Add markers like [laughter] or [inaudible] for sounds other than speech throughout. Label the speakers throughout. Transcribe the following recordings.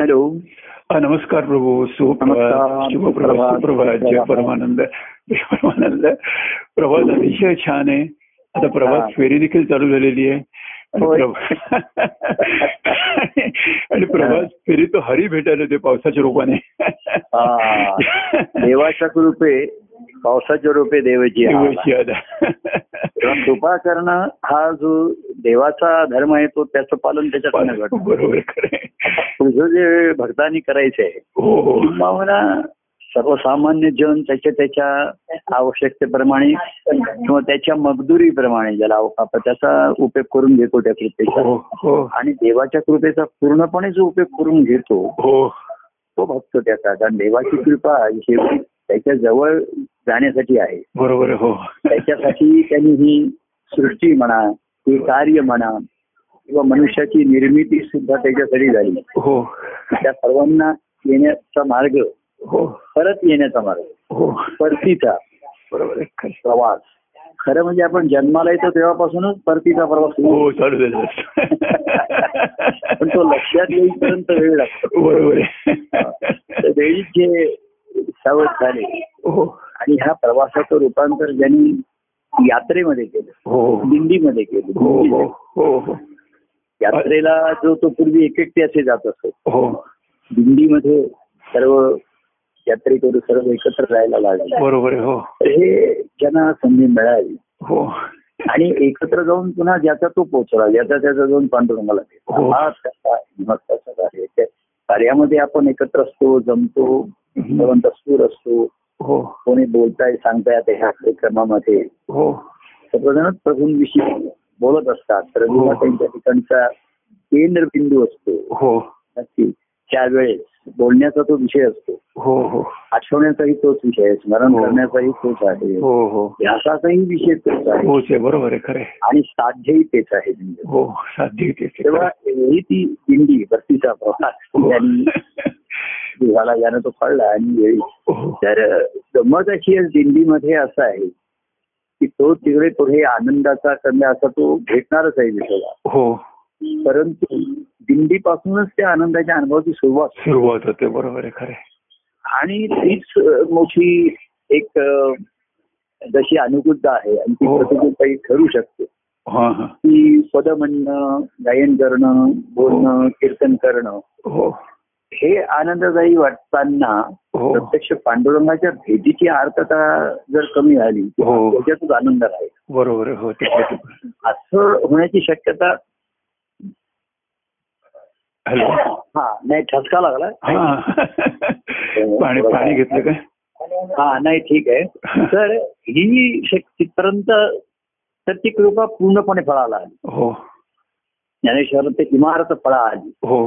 Speaker 1: Hello
Speaker 2: हा नमस्कार प्रभू सुप्रभात
Speaker 1: नमस्कार.
Speaker 2: शुभप्रभात सुप्रभात जय
Speaker 1: सुप्रभात.
Speaker 2: परमानंद जय परमानंद प्रभात अतिशय छान आहे आता
Speaker 1: हा.
Speaker 2: प्रभात फेरी देखील चालू झालेली आहे आणि
Speaker 1: होय.
Speaker 2: प्रभा- आणि प्रभात फेरी तो हरी भेटायला ते पावसाच्या रूपाने देवाची
Speaker 1: देवाच्या रूपे पावसाच्या रूपे देवाची आला.
Speaker 2: याद.
Speaker 1: तेव्हा कृपा करणं हा जो देवाचा धर्म आहे तो त्याचं पालन त्याच्यात घडतं
Speaker 2: बरोबर खरे
Speaker 1: तुझं जे भक्तांनी करायचं आहे
Speaker 2: हो हो
Speaker 1: किंबहुना सर्वसामान्य जन त्याच्या त्याच्या आवश्यकतेप्रमाणे किंवा त्याच्या मजदुरीप्रमाणे ज्याला आव- आपण त्याचा उपयोग करून घेतो त्या कृपेचा
Speaker 2: हो हो
Speaker 1: आणि देवाच्या कृपेचा पूर्णपणे जो उपयोग करून घेतो
Speaker 2: हो
Speaker 1: तो भक्त त्याचा कारण देवाची कृपा शेवटी त्याच्या जवळ जाण्यासाठी आहे
Speaker 2: बरोबर आहे, हो
Speaker 1: त्याच्यासाठी त्यांनी ही सृष्टी म्हणा हे कार्य म्हणा किंवा मनुष्याची निर्मिती सुद्धा त्याच्यासाठी झाली
Speaker 2: हो
Speaker 1: त्या सर्वांना येण्याचा मार्ग
Speaker 2: हो
Speaker 1: परत येण्याचा मार्ग
Speaker 2: हो
Speaker 1: परतीचा
Speaker 2: बरोबर आहे खरं.
Speaker 1: प्रवास खरं म्हणजे आपण जन्माला येतो तेव्हापासूनच परतीचा प्रवास सुरू
Speaker 2: हो चालू झालं
Speaker 1: पण तो लक्षात येईपर्यंत वेळ लागतो
Speaker 2: बरोबर आहे.
Speaker 1: तर वेळीच जे सावध झाले
Speaker 2: हो
Speaker 1: आणि ह्या प्रवासाचं रूपांतर ज्यांनी यात्रेमध्ये केलं
Speaker 2: हो
Speaker 1: दिंडीमध्ये केली
Speaker 2: हो हो हो हो
Speaker 1: यात्रेला जो तो पूर्वी एक एकटे असे जात असतो
Speaker 2: हो
Speaker 1: दिंडीमध्ये सर्व यात्रेकरू सर्व एकत्र जायला लागले
Speaker 2: बरोबर आहे हो
Speaker 1: तर हे ज्यांना संधी मिळाली
Speaker 2: हो
Speaker 1: आणि एकत्र जाऊन पुन्हा ज्याचा तो पोचला ज्याचा त्याचा जाऊन पांडुरंगाला भेटला.
Speaker 2: हो.
Speaker 1: हा त्याचा महत्वाचा कार्य आहे. त्या कार्यामध्ये आपण एकत्र असतो जमतो भगवंत सूर असतो
Speaker 2: हो
Speaker 1: कोणी बोलताय सांगतायत ह्या कार्यक्रमामध्ये
Speaker 2: हो
Speaker 1: सर्वजण प्रभूंविषयी बोलत असतात प्रभूला
Speaker 2: हो.
Speaker 1: त्यांच्या ठिकाणचा केंद्रबिंदू असतो
Speaker 2: हो
Speaker 1: नक्की त्यावेळेस बोलण्याचा तो विषय असतो
Speaker 2: हो हो
Speaker 1: आठवण्याचाही तोच विषय आहे स्मरण
Speaker 2: हो.
Speaker 1: करण्याचाही तोच आहे
Speaker 2: हो हो
Speaker 1: ध्यासाचाही विषय तोच आहे
Speaker 2: होच आहे बरोबर आहे खरे
Speaker 1: आणि साध्यही तेच आहे
Speaker 2: हो साध्य ते ते
Speaker 1: तेव्हा
Speaker 2: खरं.
Speaker 1: एवढी ती दिंडी भक्तीचा प्रवास
Speaker 2: हो.
Speaker 1: त्यांनी देवाला यानं तो फळला आणि वेळी
Speaker 2: हो
Speaker 1: तर गमत अशी आहे दिंडीमध्ये असं आहे की तो तिकडे पुढे आनंदाचा कन्या असा तो भेटणारच आहे विषयाला
Speaker 2: हो
Speaker 1: परंतु दिंडीपासूनच त्या आनंदाच्या अनुभवाची सुरुवात
Speaker 2: सुरुवात होते बरोबर आहे खरे
Speaker 1: आणि तीच अ, मोठी एक अ, जशी अनुकूलता आहे आणि ती
Speaker 2: हो.
Speaker 1: प्रतिकूलताही ठरू शकते
Speaker 2: हा हा
Speaker 1: की पद म्हणणं गायन करणं बोलणं कीर्तन करणं
Speaker 2: हो
Speaker 1: हे आनंददायी वाटताना
Speaker 2: हो
Speaker 1: प्रत्यक्ष पांडुरंगाच्या भेटीची आर्थता जर कमी झाली
Speaker 2: हो.
Speaker 1: त्याच्यातच आनंद राहील
Speaker 2: बरोबर आहे, हो ते खरं.
Speaker 1: असं होण्याची शक्यता
Speaker 2: हॅलो
Speaker 1: हा नाही ठसका लागला
Speaker 2: हा
Speaker 1: हो,
Speaker 2: पाणी पाणी घेतलं काय
Speaker 1: हा नाही ठीक आहे तर ही शक्ती पर्यंत तर ती कृपा पूर्णपणे फळाला आली
Speaker 2: हो
Speaker 1: ज्ञानेश्वर ते इमारत फळा आली
Speaker 2: हो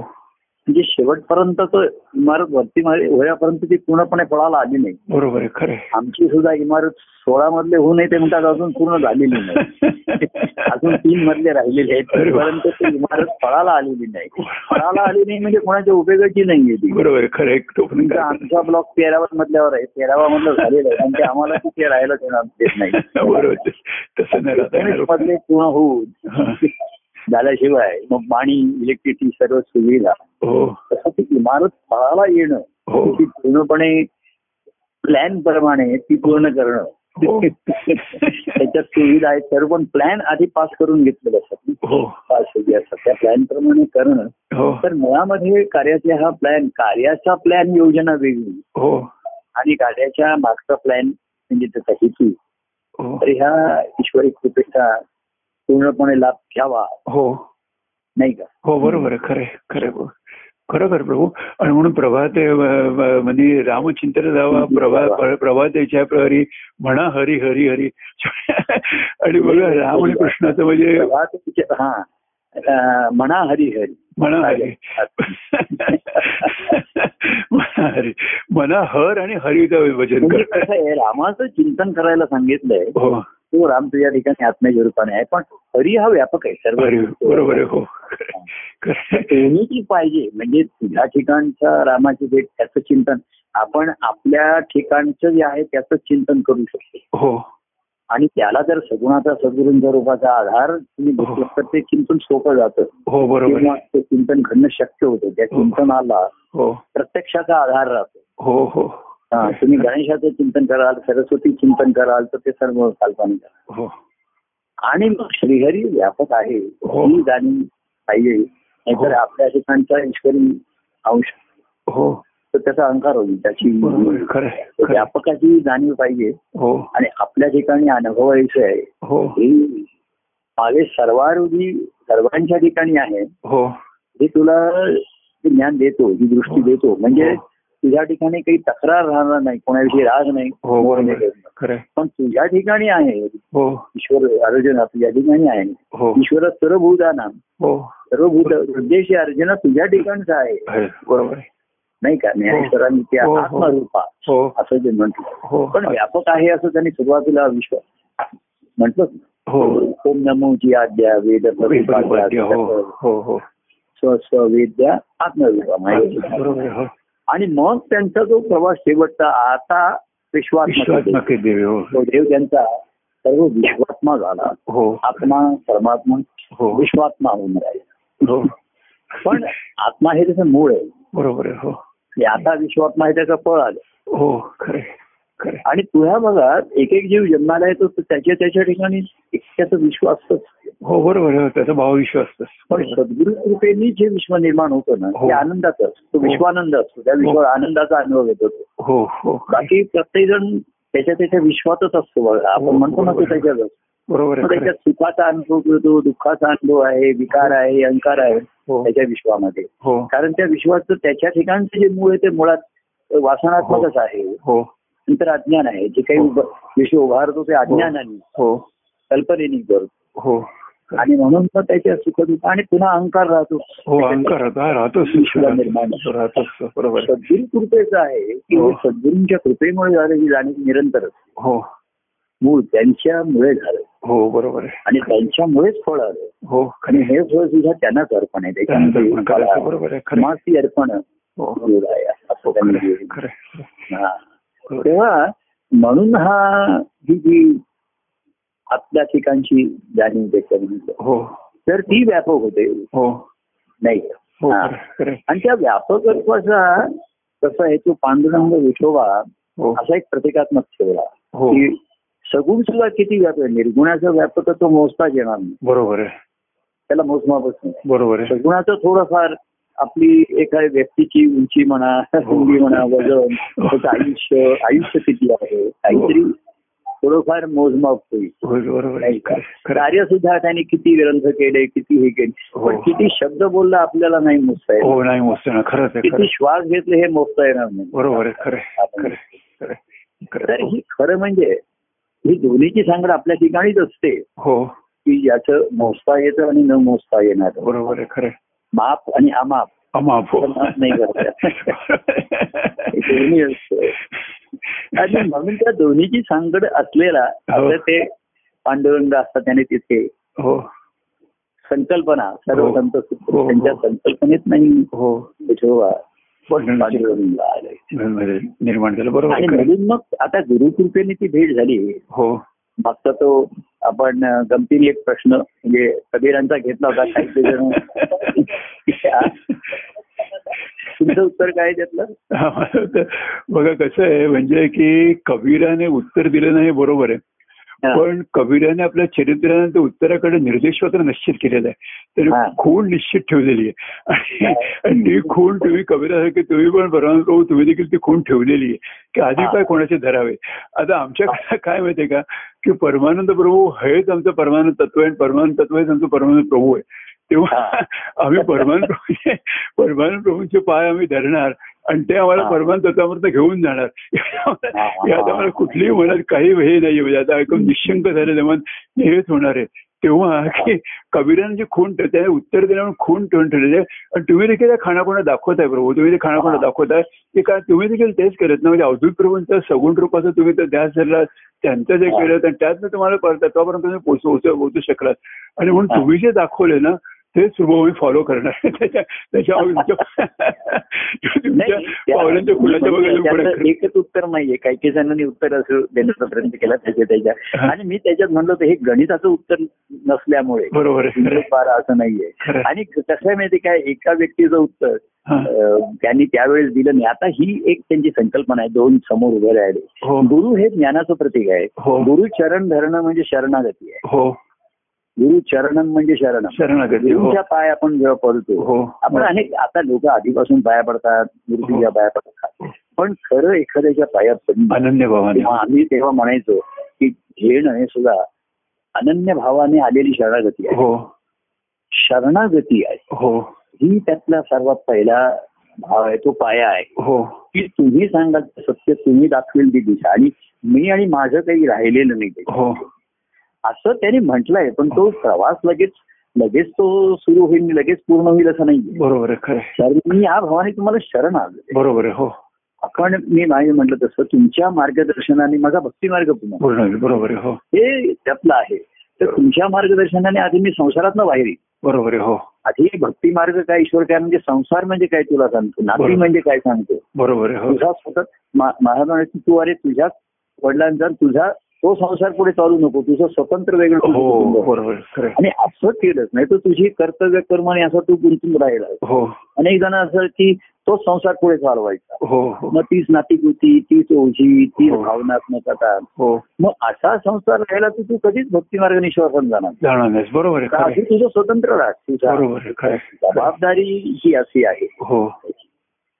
Speaker 1: म्हणजे शेवटपर्यंत तो इमारत वरती मारे- होण्यापर्यंत ती पूर्णपणे फळाला आली नाही
Speaker 2: बरोबर आहे खरे
Speaker 1: आमची सुद्धा इमारत सोळा मधले होऊ नये ते म्हणतात अजून पूर्ण झालेली नाही अजून तीन मधले राहिलेले आहेत
Speaker 2: अरे वा.
Speaker 1: परंतु ती इमारत फळाला आलेली नाही फळाला आली नाही म्हणजे कोणाच्या उपयोगाची नाहीये ती
Speaker 2: बरोबर आहे खरं एक टोपण
Speaker 1: तुमचा आमचा ब्लॉक तेरावा मधल्यावर आहे तेरावा मधलं झालेलं आहे आणि ते आम्हाला तिथे राहायला देणार देत
Speaker 2: बरोबर
Speaker 1: नाही
Speaker 2: तसं नाही राहता येणार.
Speaker 1: मधले पूर्ण होऊन
Speaker 2: हा.
Speaker 1: झाल्याशिवाय मग पाणी इलेक्ट्रिसिटी सर्व सुविधा
Speaker 2: हो
Speaker 1: तसं ती इमारत फळाला येणं
Speaker 2: हो
Speaker 1: ती पूर्णपणे प्लॅन प्रमाणे ती पूर्ण करणं
Speaker 2: हो.
Speaker 1: त्याच्यात सुविधा आहेत सर्व पण प्लॅन आधी पास करून घेतलेले असतात
Speaker 2: हो
Speaker 1: पास सुविधा असतात त्या प्लॅन प्रमाणे करणं
Speaker 2: हो
Speaker 1: तर मुळामध्ये कार्यातला हा प्लॅन कार्याचा प्लॅन योजना वेगळी
Speaker 2: हो
Speaker 1: आणि कार्याच्या मागचा प्लॅन म्हणजे त्याचा हेतू
Speaker 2: हो
Speaker 1: तर ह्या ईश्वरी कृपेचा पूर्णपणे लाभ घ्यावा
Speaker 2: हो
Speaker 1: नाही का
Speaker 2: हो बरोबर आहे खरे खरे खरोखर प्रभू आणि म्हणून प्रभात अ, अ, म्हणजे रामचिंतन जावा प्रभा प्रभात याच्या प्रहरी म्हणा हरी हरी हरी [laughs] आणि बघा राम आणि कृष्णाचं म्हणजे
Speaker 1: तेव्हा ते तिचे- हा अं, म्हणा हरी हरी
Speaker 2: म्हणा हरी [laughs] म्हणा हरी म्हणा हर आणि हरीचं विभजन
Speaker 1: म्हणजे
Speaker 2: कर
Speaker 1: कसं आहे रामाचं चिंतन करायला सांगितलंय
Speaker 2: हो
Speaker 1: तो राम तुझ्या ठिकाणी आत्म्याच्या रूपाने आहे पण हरी हा व्यापक आहे सर्व
Speaker 2: हरी बरोबर आहे हो खरं.
Speaker 1: दोन्ही ती पाहिजे म्हणजे तुझ्या ठिकाणच्या रामाची भेट त्याचं चिंतन आपण आपल्या ठिकाणचं जे आहे त्याचं चिंतन करू शकतो
Speaker 2: हो
Speaker 1: आणि त्याला जर सगुणाचा सद्गुण स्वरूपाचा आधार तुम्ही घेतला तर ते चिंतन सोपं जातं
Speaker 2: हो बरोबर
Speaker 1: किंवा
Speaker 2: आहे.
Speaker 1: ते चिंतन घडणं शक्य होतं त्या चिंतनाला
Speaker 2: हो
Speaker 1: प्रत्यक्षाचा आधार राहतो
Speaker 2: हो हो
Speaker 1: हा, तुम्ही गणेशाचं चिंतन कराल सरस्वती चिंतन कराल तर ते सर्व काल्पनिक आहे.
Speaker 2: हो
Speaker 1: आणि मग श्रीहरी व्यापक आहे
Speaker 2: हो.
Speaker 1: ही जाणीव पाहिजे नाहीतर
Speaker 2: हो.
Speaker 1: आपल्या ठिकाणचा ईश्वरी अंश
Speaker 2: हो
Speaker 1: तर त्याचा अंकार होईल
Speaker 2: बरोबर
Speaker 1: त्याची
Speaker 2: आहे. खरं आहे, खरं आहे.
Speaker 1: व्यापकाची जाणीव पाहिजे
Speaker 2: हो
Speaker 1: आणि आपल्या ठिकाणी अनुभवायचं आहे
Speaker 2: हो
Speaker 1: हे माझे सर्वारुढी सर्वांच्या ठिकाणी आहे
Speaker 2: हो
Speaker 1: हे तुला ते ज्ञान देतो ही दृष्टी देतो म्हणजे
Speaker 2: हो.
Speaker 1: तुझ्या ठिकाणी काही तक्रार राहणार नाही कोणाविषयी राग नाही
Speaker 2: हो बरोबर आहे.
Speaker 1: पण
Speaker 2: खरं आहे.
Speaker 1: तुझ्या ठिकाणी आहे
Speaker 2: हो
Speaker 1: ईश्वर अर्जुना तुझ्या ठिकाणी आहे
Speaker 2: हो
Speaker 1: ईश्वर सर्वभूताना
Speaker 2: हो
Speaker 1: सर्वभूत हृदयशी अर्जुना तुझ्या ठिकाणचा आहे
Speaker 2: आहे. बरोबर आहे.
Speaker 1: नाही का ज्ञानेश्वरांनी त्या
Speaker 2: हो, हो.
Speaker 1: आत्मरूपा
Speaker 2: हो
Speaker 1: असं जे म्हटलं
Speaker 2: हो
Speaker 1: पण व्यापक आहे असं त्यांनी सुरुवातीला विश्वास म्हटलं
Speaker 2: हो
Speaker 1: ओम नमो जी आद्या वेद
Speaker 2: वेदोपाध्याय. हो हो हो
Speaker 1: स्व स्व वेद्या आत्मरूपा माहिती
Speaker 2: बरोबर आहे, हो
Speaker 1: आणि मग त्यांचा जो प्रवास शेवटचा आता विश्वात्मा
Speaker 2: विश्वात्मक देवी हो
Speaker 1: तो देव त्यांचा सर्व विश्वात्मा झाला
Speaker 2: हो
Speaker 1: आत्मा परमात्मा
Speaker 2: हो
Speaker 1: विश्वात्मा होऊन राहिला
Speaker 2: हो
Speaker 1: पण आत्मा हे त्याचं मूळ आहे
Speaker 2: बरोबर आहे हो
Speaker 1: हे आता विश्वात्मा हे त्याचं फळ आलं
Speaker 2: हो खरे खरे
Speaker 1: आणि तुझ्या भागात एक एक जीव जन्माला येतो तो त्याच्या त्याच्या ठिकाणी त्याचा विश्वास असतो.
Speaker 2: हो बरोबर आहे हो, त्याचा भाव विश्वास
Speaker 1: पण सद्गुरु कृपेनी जे विश्व निर्माण होतं ना
Speaker 2: हो.
Speaker 1: ते आनंदाचं असतं तो
Speaker 2: हो.
Speaker 1: विश्वानंद असतो त्या विश्वात आनंदाचा अनुभव येतो तो.
Speaker 2: हो हो खरंय.
Speaker 1: बाकी प्रत्येक जण त्याच्या त्याच्या विश्वातच असतो बघा आपण
Speaker 2: हो,
Speaker 1: म्हणतो ना तो
Speaker 2: बरोबर.
Speaker 1: त्याच्यात असतो. मग
Speaker 2: बरोबर आहे खरंय.
Speaker 1: त्याच्यात सुखाचा अनुभव मिळतो दुःखाचा अनुभव आहे विकार आहे अंकार आहे
Speaker 2: हो
Speaker 1: त्याच्या विश्वामध्ये
Speaker 2: हो
Speaker 1: कारण त्या विश्वाचं त्याच्या ठिकाणचं जे मूळ आहे ते मुळात वासनात्मकच आहे
Speaker 2: हो
Speaker 1: नंतर अज्ञान आहे जे काही
Speaker 2: हो.
Speaker 1: उभ- विश्व उभारतो ते अज्ञानाने
Speaker 2: हो
Speaker 1: कल्पनेने करतो
Speaker 2: हो
Speaker 1: आणि म्हणून मग त्याच्या सुखदुःख आणि पुन्हा अहंकार राहतो
Speaker 2: हो अंकार होता हा राहतोच
Speaker 1: विश्वाला निर्माण.
Speaker 2: तो राहतोच तो, बरोबर आहे.
Speaker 1: सद्गुरू कृपेचं आहे की
Speaker 2: हो.
Speaker 1: हे सद्गुरूंच्या कृपेमुळे झालं ही जाणीव निरंतरच
Speaker 2: हो
Speaker 1: मूळ त्यांच्यामुळे झालं
Speaker 2: हो बरोबर आहे
Speaker 1: आणि त्यांच्यामुळेच फळ आलं
Speaker 2: हो
Speaker 1: आणि
Speaker 2: खरे
Speaker 1: हे फळ सुद्धा त्यांनाच अर्पण आहे त्याच्यामध्ये
Speaker 2: त्यांनाच अर्पण करायचं, बरोबर आहे, खरं.
Speaker 1: मला ती अर्पण
Speaker 2: हो
Speaker 1: गुरुला आहे, असं त्यांनी
Speaker 2: खरे
Speaker 1: लिहिलं.
Speaker 2: खरे
Speaker 1: हा. तेव्हा म्हणून हा ही जी आपल्या ठिकाणची जाणीव त्याच्यामध्ये
Speaker 2: हो
Speaker 1: तर ती व्यापक होते
Speaker 2: हो
Speaker 1: नाही
Speaker 2: हो
Speaker 1: हा.
Speaker 2: खरे
Speaker 1: आणि त्या व्यापकत्वाचा तसा हेतू पांडुरंग विठोबा
Speaker 2: हो
Speaker 1: असा एक प्रतिकात्मक ठेवला
Speaker 2: हो
Speaker 1: की सगुण सुद्धा किती व्यापक आहे? निर्गुणाचं व्यापकत्व मोजता येणार नाही
Speaker 2: बरोबर आहे
Speaker 1: त्याला मोजमापच नाही
Speaker 2: बरोबर आहे
Speaker 1: सगुणाचं थोडंफार आपली एका व्यक्तीची उंची म्हणा रुंदी म्हणा वजन त्याचं आयुष्य आयुष्य किती आहे काहीतरी थोडंफार मोजमाप होईल
Speaker 2: होय, बरोबर आहे
Speaker 1: नाही का?
Speaker 2: खरं
Speaker 1: कार्य सुद्धा त्याने किती ग्रंथ केले किती हे केले
Speaker 2: हो.
Speaker 1: पण किती शब्द बोलला आपल्याला नाही मोजता येईल
Speaker 2: हो नाही मस्त ना खरंच आहे खरं
Speaker 1: किती श्वास घेतले हे मोजता येणार नाही
Speaker 2: बरोबर आहे खरं आहे, खरं आहे, खरं आहे, खरं
Speaker 1: तर
Speaker 2: आहे.
Speaker 1: ही खरं म्हणजे ही दोन्हीची सांगड आपल्या ठिकाणीच असते
Speaker 2: हो
Speaker 1: की याचं मोजता येतं आणि न मोजता येणार
Speaker 2: बरोबर आहे खरं आहे.
Speaker 1: माप आणि अमाप
Speaker 2: अमाप हो.
Speaker 1: पण माफ नाही हे
Speaker 2: [laughs]
Speaker 1: दोन्ही असतं आणि म्हणून त्या दोन्हीची सांगड असलेला
Speaker 2: हो.
Speaker 1: आता ते पांडुरंग असतात त्याने तिथे
Speaker 2: हो
Speaker 1: संकल्पना सर्व
Speaker 2: हो.
Speaker 1: संत
Speaker 2: हो, हो.
Speaker 1: त्यांच्या संकल्पनेत नाही
Speaker 2: हो
Speaker 1: विठोबा
Speaker 2: पण
Speaker 1: पांडुरंगाला आले
Speaker 2: निर्माण झालं बरोबर
Speaker 1: आणि
Speaker 2: आहे, हो, खरं आहे.
Speaker 1: म्हणून मग आता गुरुकृपेने ती भेट झाली
Speaker 2: हो
Speaker 1: मागचा तो आपण अं, गमतीने एक प्रश्न म्हणजे कबीरांचा घेतला होता काही जण तुमचं उत्तर काय त्यातलं
Speaker 2: आम्हाला तर [laughs] बघा कसं आहे म्हणजे की कबीराने उत्तर दिलं नाही बरोबर आहे
Speaker 1: हा.
Speaker 2: पण कबीराने आपल्या चरित्राने ते उत्तराकडे निर्देश मात्र निश्चित केलेला आहे तर
Speaker 1: हा.
Speaker 2: खूण निश्चित ठेवलेली आहे आणि- आणि ती खूण तुम्ही कबीरासारखी तुम्ही पण बरोबर प्रभू तुम्ही देखील ती खूण ठेवलेली आहे की आधी
Speaker 1: हा.
Speaker 2: काय कोणाचे धरावे आता आमच्याकडे काय माहितीये का की परमानंद प्रभू हेच आमचं परमानंद तत्व आहे आणि परमानंद तत्व हेच आमचं परमानंद प्रभू आहे तेव्हा आम्ही परमान प्रभूचे परमान प्रभूंचे पाय आम्ही धरणार आणि ते आम्हाला
Speaker 1: हा.
Speaker 2: परमान तत्वापर्यंत घेऊन जाणार
Speaker 1: हा, हा. [laughs]
Speaker 2: यात आम्हाला कुठलीही मनात काही हे नाही म्हणजे आता एकदम निशंक झालेलं मन हे हेच होणार आहे तेव्हा की कबीराने जे खून ठेव- त्याने उत्तर दिल्यामुळे खून ठेवून ठेवलेले आहे. आणि तुम्ही देखील त्या खाणाकोणा दाखवताय प्रभू तुम्ही ते खाणाकोणा
Speaker 1: हा.
Speaker 2: दाखवताय ते काय तुम्ही देखील तेच करत ना म्हणजे अवधूत प्रभूंचा सगुण रूपाचं तुम्ही तर ध्यास धरला त्यांचं जे
Speaker 1: हा.
Speaker 2: केलं तर त्यातनं तुम्हाला पर- तत्वापर्यंत तुम्ही पोचू पोहोचू शकलात आणि म्हणून
Speaker 1: हा. [laughs]
Speaker 2: [laughs] तुम्ही जे दाखवले ना तेच सुरू मी फॉलो करणार त्याच्या त्याच्या तुमच्या
Speaker 1: नाही, त्या-
Speaker 2: पावलांच्या फुलांच्या
Speaker 1: म्हणजे
Speaker 2: बघायला
Speaker 1: त्याचं
Speaker 2: फरक
Speaker 1: एकच उत्तर नाहीये काही काही जणांनी उत्तर असं देण्याचा प्रयत्न केला त्याच्या त्याच्या
Speaker 2: हा.
Speaker 1: आणि मी त्याच्यात म्हणलो होतो हे गणिताचं उत्तर नसल्यामुळे
Speaker 2: बरोबर आहे खरं
Speaker 1: हिंदू
Speaker 2: आहे.
Speaker 1: बारा असं नाहीये
Speaker 2: खरं.
Speaker 1: आणि कसं आहे माहिती काय एका व्यक्तीचं उत्तर
Speaker 2: हा.
Speaker 1: अं, त्यांनी त्यावेळेस दिलं नाही आता ही एक त्यांची संकल्पना आहे दोन समोर उभे राहिले
Speaker 2: हो
Speaker 1: गुरु हे ज्ञानाचं प्रतीक आहे
Speaker 2: हो.
Speaker 1: गुरु चरण धरणं म्हणजे शरणागती आहे
Speaker 2: हो
Speaker 1: गुरु चरणन म्हणजे शरण
Speaker 2: शरणागती हो
Speaker 1: गुरुच्या पाय आपण जेव्हा पडतो
Speaker 2: हो
Speaker 1: आपण अनेक आता लोक आधीपासून पाया पडतात गुरुजीच्या पाया
Speaker 2: हो.
Speaker 1: पडतात पण खरं एखाद्याच्या पायात पडणं
Speaker 2: अनन्य भावाने
Speaker 1: तेव्हा आम्ही तेव्हा म्हणायचो की घेणं हे सुद्धा अनन्य भावाने आलेली शरणागती आहे
Speaker 2: हो
Speaker 1: शरणागती आहे
Speaker 2: हो
Speaker 1: ही त्यातला सर्वात पहिला भाव आहे तो पाया आहे
Speaker 2: हो
Speaker 1: की तुम्ही सांगाल ते सत्य तुम्ही दाखवेल ती दिशा आणि मी आणि माझं काही राहिलेलं नाही ते.
Speaker 2: हो
Speaker 1: असं त्याने म्हटलंय पण तो प्रवास लगेच लगेच तो सुरू होईल लगेच पूर्ण होईल असं नाही
Speaker 2: बरोबर आहे खरं आहे.
Speaker 1: तर मी या भावाने तुम्हाला शरण आलो
Speaker 2: बरोबर आहे हो
Speaker 1: आपण मी नाही म्हटलं तसं तुमच्या मार्गदर्शनाने माझा भक्ती मार्ग पुन्हा
Speaker 2: पूर्ण होईल. बरोबर आहे हो
Speaker 1: हे त्यातलं आहे तर तुमच्या मार्गदर्शनाने आधी मी संसारातनं बाहेर येईन.
Speaker 2: बरोबर आहे हो
Speaker 1: आधी भक्ती मार्ग काय ईश्वर काय म्हणजे संसार म्हणजे काय तुला सांगतो नाती
Speaker 2: बरोबर.
Speaker 1: म्हणजे काय सांगतो
Speaker 2: बरोबर आहे हो
Speaker 1: तुझा सतत मा- महाराज म्हणायचे, तू अरे तुझ्या वडिलांचा आणि तुझा तो संसार पुढे चालू नको तुझं स्वतंत्र वेगळं तुझं
Speaker 2: हो
Speaker 1: कुटुंब.
Speaker 2: बरोबर आहे. खरं आहे.
Speaker 1: आणि असं केलंच नाही तर तुझी कर्तव्य कर्म आणि असं तू गुंतून राहिला
Speaker 2: हो
Speaker 1: अनेक जण असं की तोच संसार पुढे चालवायचा
Speaker 2: हो हो
Speaker 1: मग तीच नातीकृती तीच ओझी तीच
Speaker 2: हो.
Speaker 1: भावनात्मकता
Speaker 2: हो
Speaker 1: मग असा संसार राहिला तर तू कधीच भक्ती मार्ग निश्वासन जाणार नाही.
Speaker 2: जाणार नाहीस बरोबर आहे
Speaker 1: तर
Speaker 2: खरं
Speaker 1: आधी
Speaker 2: आहे.
Speaker 1: तुझं स्वतंत्र राहत तुझा
Speaker 2: बरोबर आहे खरं आहे.
Speaker 1: जबाबदारी ही अशी आहे
Speaker 2: हो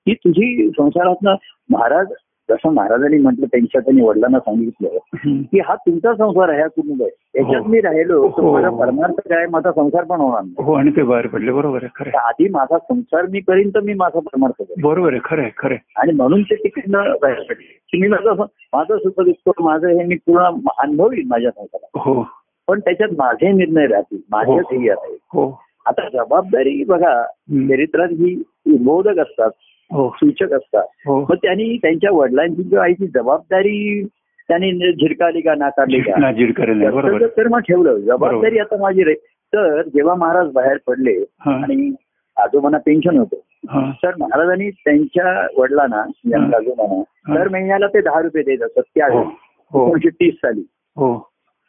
Speaker 1: ही तुझी संसारातनं महाराज जसं महाराजांनी म्हटलं त्यांच्या त्यांनी वडिलांना सांगितलं
Speaker 2: हम्म.
Speaker 1: की हा तुमचा संसार आहे हा कुटुंब आहे याच्यात मी राहिलो तर
Speaker 2: हो.
Speaker 1: माझा परमार्थ काय माझा संसार पण होणार नाही
Speaker 2: हो आणि ते बाहेर पडले बरोबर आहे खरं
Speaker 1: तर आधी माझा संसार मी करीन तर मी माझा परमार्थ करेन
Speaker 2: आहे. बरोबर आहे खरं आहे खरं आहे.
Speaker 1: आणि म्हणून ते तिकडनं बाहेर पडले की मी माझं माझं सुख दुःख माझं हे मी पूर्ण अनुभवीन माझ्या संसारात
Speaker 2: हो
Speaker 1: पण त्याच्यात माझे निर्णय राहतील माझे
Speaker 2: हो.
Speaker 1: ध्येय राहील
Speaker 2: हो
Speaker 1: आता जबाबदारी बघा
Speaker 2: हम्म.
Speaker 1: चरित्रात ही उद्बोधक असतात
Speaker 2: हो
Speaker 1: सूचक असतात
Speaker 2: हो
Speaker 1: मग त्यांनी त्यांच्या वडिलांची किंवा आईची जबाबदारी त्यांनी न- झिडकावली का नाकारली का
Speaker 2: ना जीड करेल नाही बरोबर
Speaker 1: कर्तव्य
Speaker 2: आहे.
Speaker 1: कर्म ठेवलं जबाबदारी आता माझी रे तर जेव्हा महाराज बाहेर पडले
Speaker 2: हा,
Speaker 1: आणि आजोबांना पेन्शन होतं
Speaker 2: हा,
Speaker 1: तर महाराजांनी त्यांच्या वडिलांना यांच्या आजोबांना
Speaker 2: हा.
Speaker 1: दर महिन्याला ते दहा रुपये देत असत त्या
Speaker 2: हो हो
Speaker 1: एकोणीशे तीस साली
Speaker 2: हो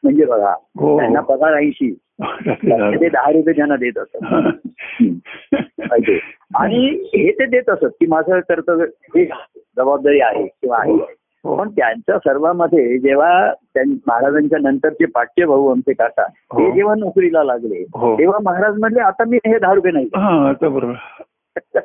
Speaker 1: म्हणजे बघा
Speaker 2: हो.
Speaker 1: त्यांना पगार ऐंशी ते
Speaker 2: हा.
Speaker 1: दहा रुपये त्यांना देत असत पाहिजे. आणि हे ते देत असत की माझं कर्तव्य हे जबाबदारी आहे किंवा आहे
Speaker 2: हो.
Speaker 1: पण त्यांच्या सर्वांमध्ये जेव्हा त्यां- महाराजांच्या नंतरचे पाठचे भाऊ आमचे काका ते
Speaker 2: हो.
Speaker 1: जेव्हा नोकरीला लागले
Speaker 2: हो.
Speaker 1: तेव्हा महाराज म्हणले आता मी हे दहा रुपये नाही
Speaker 2: हा आता बरोबर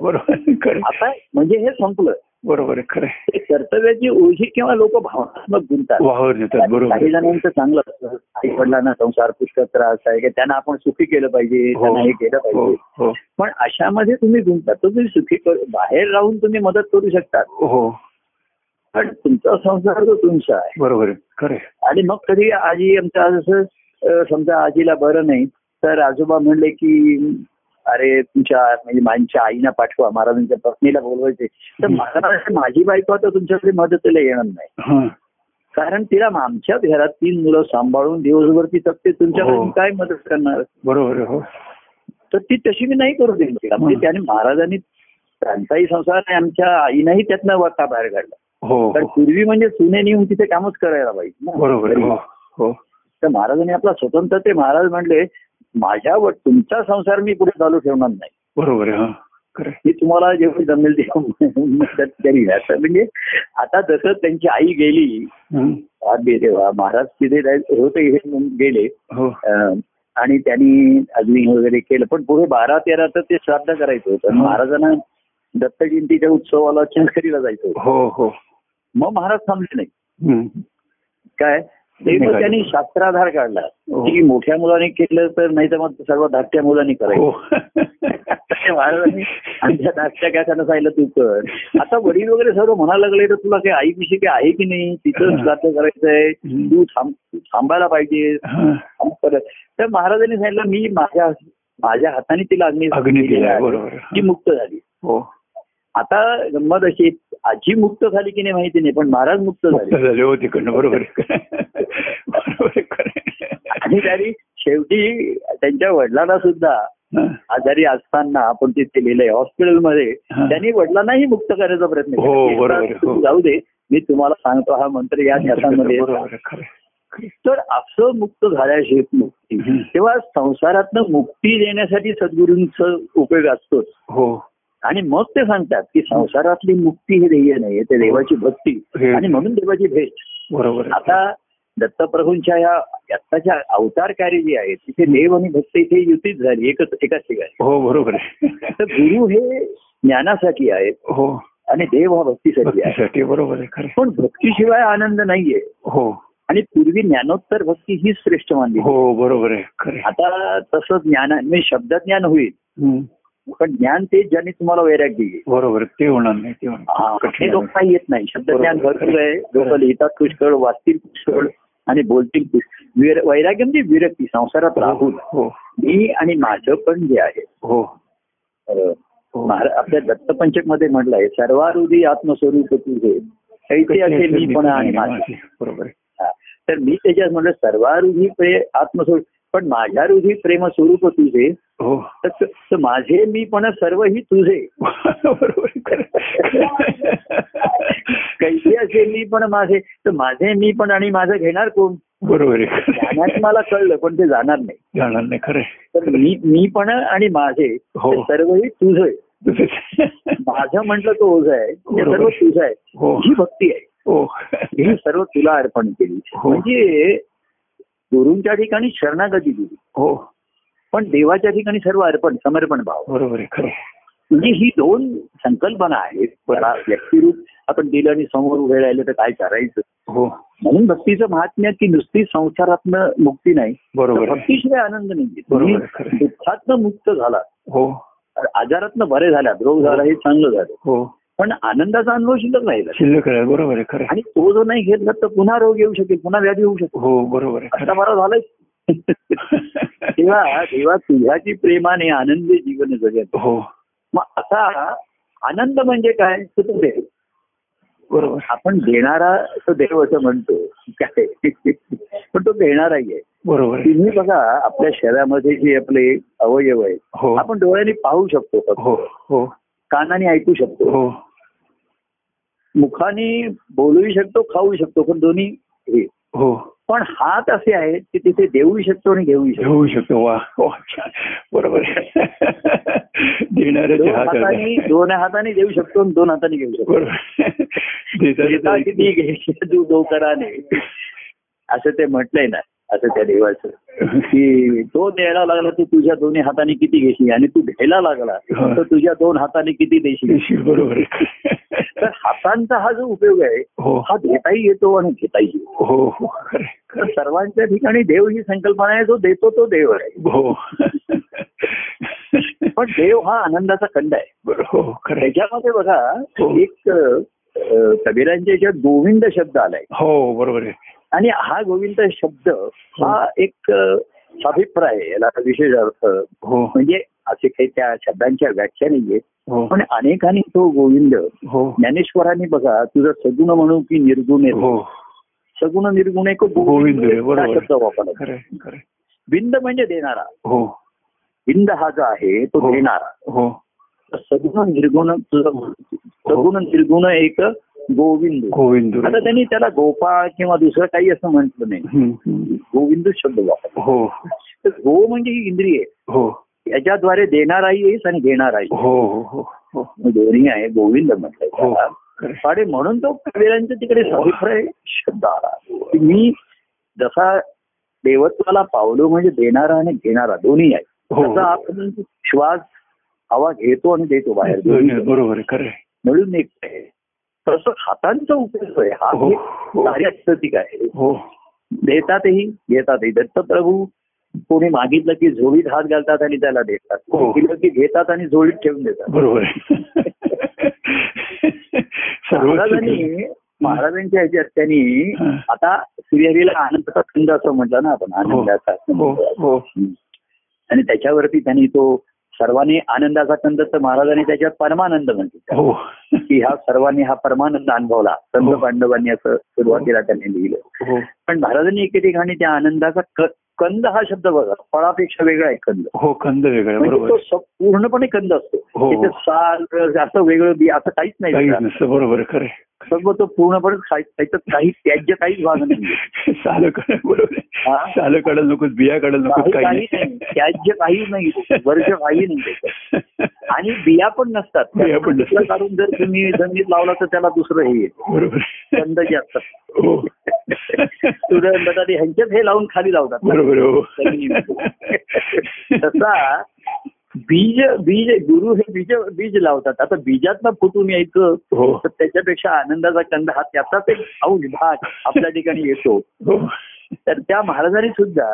Speaker 2: बरोबर आहे. खरं आहे.
Speaker 1: आता म्हणजे हे संपलं
Speaker 2: बरोबर आहे खरं आहे.
Speaker 1: ते कर्तव्याची ओझी किंवा लोक भावनात्मक गुंतात
Speaker 2: वाहवर देतात हो, बरोबर
Speaker 1: काही
Speaker 2: आहे.
Speaker 1: जणांचं चांगलं असतं आई वडिलांना संसार पुष्कळ त्रास आहे की त्यांना आपण सुखी केलं पाहिजे
Speaker 2: हो.
Speaker 1: त्यांना हे केलं
Speaker 2: हो
Speaker 1: पाहिजे
Speaker 2: हो
Speaker 1: पण अशामध्ये तुम्ही गुंता तर तुम्ही सुखी कर- बाहेर राहून तुम्ही मदत करू शकता
Speaker 2: हो
Speaker 1: पण तुमचा संसार तो तुमचा आहे
Speaker 2: बरोबर आहे खरं आहे.
Speaker 1: आणि मग कधी आजी आमच्या जसं अ, समजा आजीला बरं नाही तर आजोबा म्हणले की अरे तुमच्या म्हणजे माझ्या आईना पाठवा महाराजांच्या पत्नीला बोलवायचे तर
Speaker 2: हम्म.
Speaker 1: महाराज माझी बायको आता तुमच्याकडे मदतीला येणार नाही
Speaker 2: हा
Speaker 1: कारण तिला आमच्या घरात तीन मुलं सांभाळून दिवसभर ती जगते तुमच्याकडून
Speaker 2: हो.
Speaker 1: काय मदत करणार
Speaker 2: बरोबर आहे हो
Speaker 1: तर ती तशी मी नाही करू देईल तिला म्हणजे
Speaker 2: हं.
Speaker 1: त्याने महाराजांनी त्यांचाही संसार आणि आमच्या आईनाही त्यातनं वाटा बाहेर काढला
Speaker 2: हो
Speaker 1: कारण
Speaker 2: हो.
Speaker 1: पूर्वी म्हणजे सुने नेऊन तिथे कामच करायला पाहिजे ना.
Speaker 2: बरोबर आहे. हो हो
Speaker 1: तर महाराजांनी आपला स्वतंत्र ते महाराज म्हणले माझ्या व तुमचा संसार मी पुढे चालू ठेवणार नाही
Speaker 2: बरोबर आहे हा खरं आहे.
Speaker 1: मी तुम्हाला जेवढी जमेल ते [laughs] मदत करीन असं म्हणजे आता जसं त्यांची आई गेली
Speaker 2: हम्म.
Speaker 1: आधी तेव्हा महाराज तिथे जाय- होते हे गेले
Speaker 2: हो
Speaker 1: अं, आणि त्यांनी अग्नी वगैरे केलं पण पुढे बारा तेरा तर ते श्राद्ध करायचं होतं
Speaker 2: हं.
Speaker 1: महाराजांना दत्त जयंतीच्या उत्सवाला चंदखरीला जायचं होतं
Speaker 2: हो हो
Speaker 1: मग महाराज थांबले नाही
Speaker 2: हम्म.
Speaker 1: काय ते मग
Speaker 2: निघाले.
Speaker 1: त्यांनी शास्त्राधार काढला
Speaker 2: हो.
Speaker 1: की मोठ्या मुलाने केलं तर नाही तर मग सर्व धाकट्या मुलांनी करायचं
Speaker 2: हो [laughs]
Speaker 1: ते महाराजांनी आमच्या धाकट्या काय त्यांना सांगितलं तू कर आता वडील वगैरे सर्व म्हणायला लागले तर तुला काही आईविषयी काही आहे की नाही तिथं
Speaker 2: हं.
Speaker 1: श्राद्ध करायचंय
Speaker 2: हं.
Speaker 1: तू थांब तू थांबायला पाहिजे
Speaker 2: हा.
Speaker 1: आणि परत तर महाराजांनी सांगितलं मी माझ्या माझ्या हाताने तिला अग्नी
Speaker 2: अग्नी दिला आहे,
Speaker 1: दिला.
Speaker 2: बरोबर
Speaker 1: ती मुक्त झाली
Speaker 2: हो
Speaker 1: आता गंमत अशी आहे, आजी मुक्त झाली की नाही माहिती नाही पण महाराज मुक्त
Speaker 2: मुक्त
Speaker 1: झाले
Speaker 2: झाले हो तिकडनं बरोबर आहे. बरोबर आहे, खरं आहे.
Speaker 1: आणि त्यांनी शेवटी त्यांच्या वडिलांना सुद्धा
Speaker 2: हा.
Speaker 1: आजारी असताना आपण ते केलेलं आहे हॉस्पिटलमध्ये
Speaker 2: हा.
Speaker 1: त्यांनी वडिलांनाही मुक्त करायचा प्रयत्न
Speaker 2: हो,
Speaker 1: केला.
Speaker 2: बरोबर आहे,
Speaker 1: एकदा
Speaker 2: हो.
Speaker 1: जाऊ दे मी तुम्हाला सांगतो हा मंत्र या शासनामध्ये
Speaker 2: [laughs] बरोबर आहे, खरं आहे.
Speaker 1: तर असं मुक्त झाल्याशिवाय मुक्ती
Speaker 2: हम्म.
Speaker 1: तेव्हा संसारातनं मुक्ती देण्यासाठी सद्गुरूंचा उपयोग असतोच
Speaker 2: हो
Speaker 1: आणि मग ते सांगतात की संसारातली मुक्ती हे ध्येय नाही ते देवाची भक्ती
Speaker 2: हे-
Speaker 1: आणि म्हणून देवाची भेट
Speaker 2: बरोबर आहे.
Speaker 1: आता दत्तप्रभूंच्या या आत्ताच्या अवतारकारी जी आहेत तिथे देव आणि भक्त इथे युतीच झाली एकच एकाच ठिकाणी
Speaker 2: हो बरोबर
Speaker 1: तर
Speaker 2: आहे
Speaker 1: गुरु हे ज्ञानासाठी आहेत
Speaker 2: हो
Speaker 1: आणि देव हा भक्तीसाठी आहे
Speaker 2: भक्तीसाठी बरोबर आहे खरं आहे.
Speaker 1: पण भक्तीशिवाय आनंद नाहीये
Speaker 2: हो
Speaker 1: आणि पूर्वी ज्ञानोत्तर भक्ती ही श्रेष्ठ मानली
Speaker 2: हो बरोबर आहे खरं आहे.
Speaker 1: आता तसं ज्ञान म्हणजे शब्द ज्ञान होईल
Speaker 2: हम्म.
Speaker 1: पण ज्ञान ते ज्याने तुम्हाला वैराग्य येईल
Speaker 2: बरोबर आहे. ते होणार नाही ते होणार नाही.
Speaker 1: हे
Speaker 2: कठीण आहे.
Speaker 1: लोकांना येत नाही शब्द ज्ञान
Speaker 2: बरोबर.
Speaker 1: भरपूर आहे लोक
Speaker 2: खरं.
Speaker 1: लिहितात पुष्कळ वाचतील पुष्कळ आणि बोलतील पुष्कळ वैर- वैराग्य म्हणजे विरक्ती संसारात राहून
Speaker 2: हो
Speaker 1: मी आणि माझं पण जे आहे
Speaker 2: हो
Speaker 1: अं,
Speaker 2: हो.
Speaker 1: महारा- आपल्या दत्तपंचक मध्ये म्हटलंय सर्वारुदी आत्मस्वरूप तुझे चैत्य असेल मी पण आणि माझं
Speaker 2: बरोबर आहे.
Speaker 1: हा. तर मी त्याच्यात म्हटलं सर्वारुधी प्रे आत्मस्वरूप पण माझ्या रुधी प्रेम स्वरूप तुझे
Speaker 2: हो [laughs]
Speaker 1: तर- तर माझे मी पण सर्व ही तुझे [laughs]
Speaker 2: बरोबर आहे. खरं आहे.
Speaker 1: कैसे असे मी पण माझे तर माझे मी पण आणि माझं घेणार कोण
Speaker 2: बरोबर आहे खरं
Speaker 1: जाण्यात
Speaker 2: आहे.
Speaker 1: मला कळलं पण ते जाणार नाही
Speaker 2: जाणार नाही खरं आहे.
Speaker 1: तर मी मी पण आणि माझे
Speaker 2: हो.
Speaker 1: ते सर्वही तुझे माझं म्हटलं तो ओझ आहे ते
Speaker 2: बरोबर.
Speaker 1: सर्व तुझं आहे
Speaker 2: हो
Speaker 1: ही भक्ती आहे
Speaker 2: हो
Speaker 1: ही सर्व तुला अर्पण केली
Speaker 2: हो.
Speaker 1: म्हणजे गुरुंच्या ठिकाणी शरणागती दिली
Speaker 2: हो
Speaker 1: पण देवाच्या ठिकाणी सर्व अर्पण समर्पण भाव
Speaker 2: बरोबर आहे खरं आहे.
Speaker 1: म्हणजे ही दोन संकल्पना आहेत मला व्यक्तिरूप आपण दिलं आणि समोर उभे राहिलं तर काय करायचं
Speaker 2: हो
Speaker 1: म्हणून भक्तीचं महात्म्य की नुसती संसारातनं मुक्ती नाही तर
Speaker 2: बरोबर आहे.
Speaker 1: भक्तीशिवाय आनंद नाही
Speaker 2: बरोबर
Speaker 1: तुम्ही
Speaker 2: आहे, खरं आहे.
Speaker 1: दुःखातनं मुक्त झाला
Speaker 2: हो
Speaker 1: आजारातनं बरे झालात रोग झाला हे चांगलं झालं
Speaker 2: हो
Speaker 1: पण आनंदाचा अनुभव शिल्लक राहिला
Speaker 2: शिल्लक आहे बरोबर आहे खरं आहे.
Speaker 1: आणि तो जो नाही घेतला तर पुन्हा रोग येऊ शकेल पुन्हा व्याधी होऊ शकेल
Speaker 2: हो बरोबर आहे खरं
Speaker 1: आता बरा झालाय
Speaker 2: आहे.
Speaker 1: तेव्हा देवा तुझ्याची प्रेमाने आनंदी जीवन जगत
Speaker 2: हो
Speaker 1: मग आता आनंद म्हणजे काय तर तो देव
Speaker 2: बरोबर
Speaker 1: आपण देणारा तो देव असं म्हणतो काय पण तो देणाराही आहे
Speaker 2: बरोबर आहे.
Speaker 1: तुम्ही बघा आपल्या शरीरामध्ये जे आपले अवयव आहेत
Speaker 2: हो
Speaker 1: आपण डोळ्यांनी पाहू शकतो फक्त.
Speaker 2: हो हो
Speaker 1: कानाने ऐकू शकतो
Speaker 2: हो
Speaker 1: मुखाने बोलू शकतो खाऊ शकतो पण दोन्ही हे
Speaker 2: हो
Speaker 1: पण हात असे आहेत की तिथे देऊ शकतो आणि घेऊ शकतो
Speaker 2: घेऊ शकतो वा वा, छान. बरोबर आहे. देणाऱ्याचे
Speaker 1: दोन
Speaker 2: हात आहेत.
Speaker 1: हाताने दोन हाताने देऊ शकतो आणि दोन हाताने घेऊ शकतो
Speaker 2: बरोबर देताना
Speaker 1: देता किती घे तू डोकराने असं ते म्हटलंय ना असं त्या देवाचं की तो द्यायला लागला तू तुझ्या दोन्ही हाताने किती घेशील आणि तू घ्यायला लागला
Speaker 2: हा.
Speaker 1: तर तुझ्या दोन हाताने किती देशील
Speaker 2: देशील, बरोबर आहे.
Speaker 1: तर हातांचा हा जो उपयोग आहे
Speaker 2: हो
Speaker 1: हा देताही येतो आणि घेताही येतो
Speaker 2: हो हो खरं आहे, खरं
Speaker 1: तर सर्वांच्या ठिकाणी देव ही संकल्पना आहे जो देतो तो देव आहे
Speaker 2: आहे. हो
Speaker 1: पण देव हा आनंदाचा खंड आहे
Speaker 2: बरं, हो खरं आहे.
Speaker 1: त्याच्यामध्ये बघा
Speaker 2: हो.
Speaker 1: एक अ, कबीरांच्या याच्यात गोविंद शब्द आलाय
Speaker 2: हो बरोबर आहे
Speaker 1: आणि हा गोविंद शब्द हा एक अ, अभिप्राय आहे. याला विशेष अर्थ
Speaker 2: हो
Speaker 1: म्हणजे असे काही त्या शब्दांच्या व्याख्या नाहीये
Speaker 2: हो
Speaker 1: पण अनेकांनी तो गोविंद
Speaker 2: हो
Speaker 1: ज्ञानेश्वरांनी बघा तुझा सगुण म्हणू की निर्गुण आहे
Speaker 2: हो
Speaker 1: सगुण निर्गुण एक
Speaker 2: गोविंद आहे, बरोबर.
Speaker 1: हा शब्द वापरला
Speaker 2: खरं आहे, खरं आहे.
Speaker 1: बिंद म्हणजे देणारा
Speaker 2: हो
Speaker 1: बिंद हा जो आहे तो
Speaker 2: हो.
Speaker 1: देणारा
Speaker 2: हो
Speaker 1: तर सगुण निर्गुण तुझा सगुण निर्गुण एक गोविंद
Speaker 2: गोविंद
Speaker 1: आता त्यांनी त्याला गोपाळ किंवा दुसरं काही असं म्हटलं नाही
Speaker 2: हम्म, हम्म.
Speaker 1: गोविंद शब्द वापरला
Speaker 2: हो
Speaker 1: तर गो म्हणजे ही इंद्रिय आहे.
Speaker 2: हो
Speaker 1: याच्याद्वारे देणाराही आहेस आणि घेणाराही
Speaker 2: हो हो हो हो
Speaker 1: आहे. दोन्ही आहे गोविंद म्हटलंय
Speaker 2: हो
Speaker 1: त्याला.
Speaker 2: खरं आहे.
Speaker 1: आणि म्हणून तो कबीरांच्या तिकडे सभिप्राय शब्द आला की मी जसा देवत्वाला पावलो म्हणजे देणारा आणि घेणारा दोन्ही आहे
Speaker 2: हो.
Speaker 1: तसा आपण श्वास हवा घेतो आणि देतो बाहेर
Speaker 2: दोन्ही बरोबर आहे खरं आहे.
Speaker 1: मिळून एक आहे तसं हातांचा उपयोग आहे हा
Speaker 2: हो, हो.
Speaker 1: कार्यात्मक आहे
Speaker 2: हो
Speaker 1: देतातही घेतातही दत्तप्रभू कोणी मागितलं की झोळीत हात घालतात आणि त्याला देतात
Speaker 2: हो.
Speaker 1: मागितलं की घेतात आणि झोळीत ठेवून देतात
Speaker 2: बरोबर आहे सर्व
Speaker 1: महाराजांनी महाराजांच्या ह्याच्यात त्यांनी
Speaker 2: हा.
Speaker 1: आता श्रीहरीला आनंदाचा खंड असं म्हटलं ना आपण आनंदाचा
Speaker 2: हो हो
Speaker 1: खंड. आणि त्याच्यावरती त्यांनी तो सर्वांनी आनंदाचा खंड तर महाराजांनी त्याच्यात परमानंद म्हटलं
Speaker 2: हो
Speaker 1: की ह्या सर्वांनी हा परमानंद अनुभवला संत
Speaker 2: हो.
Speaker 1: पांडवांनी असं सुरुवातीला त्यांनी लिहिलं
Speaker 2: हो
Speaker 1: पण महाराजांनी एके ठिकाणी त्या आनंदाचा क- कंद हा शब्द बघा फळापेक्षा वेगळा आहे कंद
Speaker 2: हो कंद वेगळा
Speaker 1: म्हणजे
Speaker 2: बरोबर
Speaker 1: तो स- पूर्णपणे कंद असतो
Speaker 2: हो.
Speaker 1: त्याचं साल रस असं वेगळं बी असं काहीच नाही
Speaker 2: काहीच
Speaker 1: त्याला.
Speaker 2: नसतं बरोबर खरे
Speaker 1: सर्व तो पूर्णपणे खाय- त्याचं काही त्याज्य काहीच भाग
Speaker 2: [laughs]
Speaker 1: नाही
Speaker 2: सालं कडे बरोबर [laughs]
Speaker 1: हा?
Speaker 2: सालं कडल नकोच बिया कडल नकोच
Speaker 1: काही
Speaker 2: काही
Speaker 1: काही नाही त्याज्य काही नाही वर्ष काही नाही त्याचं.
Speaker 2: नाही
Speaker 1: आणि बिया पण नसतात
Speaker 2: बिया पण नसतात.
Speaker 1: त्याला काढून जर तुम्ही जमिनीत लावला तर त्याला दुसरं हे येतं.
Speaker 2: [laughs] बरोबर
Speaker 1: कंद जे असतात [laughs]
Speaker 2: हो
Speaker 1: तुरं बटाटे ह्यांच्यात हे लावून खाली लावतात ना.
Speaker 2: बरोबर हो
Speaker 1: तसा बीज बीज गुरु हे बीज बीज लावतात आता बीजातनं फुटून यायचं
Speaker 2: हो
Speaker 1: तर त्याच्यापेक्षा आनंदाचा कंद हा त्याचाच एक अंश भाग आपल्या ठिकाणी येतो
Speaker 2: हो
Speaker 1: तर त्या महाराजांनी सुद्धा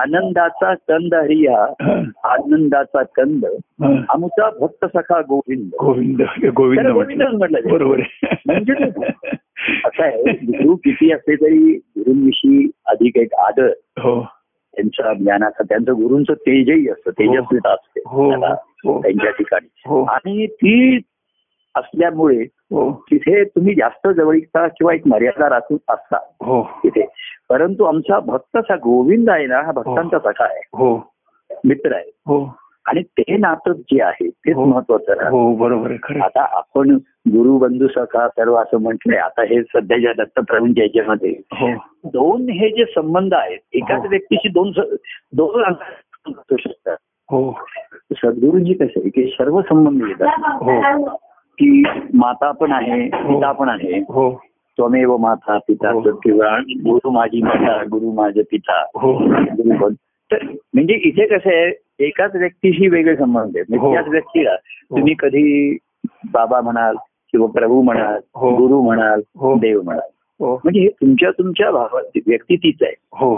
Speaker 1: आनंदाचा कंद हरिया
Speaker 2: हा,
Speaker 1: आनंदाचा कंद
Speaker 2: हा.
Speaker 1: आमचा भक्त सखा गोविंद
Speaker 2: गोविंद गोविंद
Speaker 1: त्याला
Speaker 2: म्हटलं
Speaker 1: गोविंदच म्हटलं जातं.
Speaker 2: बरोबर
Speaker 1: म्हणजे ते असं आहे गुरु किती असले तरी गुरुंविषयी अधिक एक आदर
Speaker 2: हो
Speaker 1: त्यांच्या ज्ञानाचा त्यांचं गुरुंचं तेजही असतं तेजस्विता असते
Speaker 2: हो,
Speaker 1: त्याला
Speaker 2: हो.
Speaker 1: त्यांच्या ठिकाणी
Speaker 2: हो
Speaker 1: आणि ती असल्यामुळे
Speaker 2: हो
Speaker 1: तिथे तुम्ही जास्त जवळीकता किंवा एक मर्यादा राखून असता
Speaker 2: हो
Speaker 1: तिथे परंतु आमचा भक्तचा गोविंद आहे ना हा भक्तांचा सखा आहे
Speaker 2: हो
Speaker 1: मित्र आहे
Speaker 2: हो
Speaker 1: आणि ते नातं जे आहे तेच
Speaker 2: हो.
Speaker 1: महत्वाचं राहतं.
Speaker 2: हो बरोबर आहे खरं
Speaker 1: आता आपण गुरु बंधू सखा सर्व असं म्हटलंय आता हे सध्याच्या दत्तप्रवीणच्या याच्यामध्ये
Speaker 2: हो
Speaker 1: दोन हे जे संबंध आहेत एकाच
Speaker 2: हो.
Speaker 1: व्यक्तीशी दोन स- दोन अंतर असू शकतात
Speaker 2: हो
Speaker 1: सद्गुरूंची कसं आहे की सर्व संबंध येतात
Speaker 2: हो.
Speaker 1: की माता पण आहे पिता पण आहे
Speaker 2: हो
Speaker 1: त्वमेव माता पिता
Speaker 2: हो.
Speaker 1: किंवा गुरु माझी माता गुरु माझे पिता
Speaker 2: हो
Speaker 1: गुरु बन- तर म्हणजे इथे कसं आहे एकाच व्यक्तीशी वेगळे संबंध आहेत म्हणजे
Speaker 2: हो.
Speaker 1: त्याच व्यक्तीला तुम्ही कधी बाबा म्हणाल किंवा प्रभू म्हणाल
Speaker 2: हो.
Speaker 1: गुरु म्हणाल
Speaker 2: हो.
Speaker 1: देव म्हणाल
Speaker 2: हो
Speaker 1: म्हणजे हे तुमच्या तुमच्या भावात व्यक्ती तीच आहे
Speaker 2: हो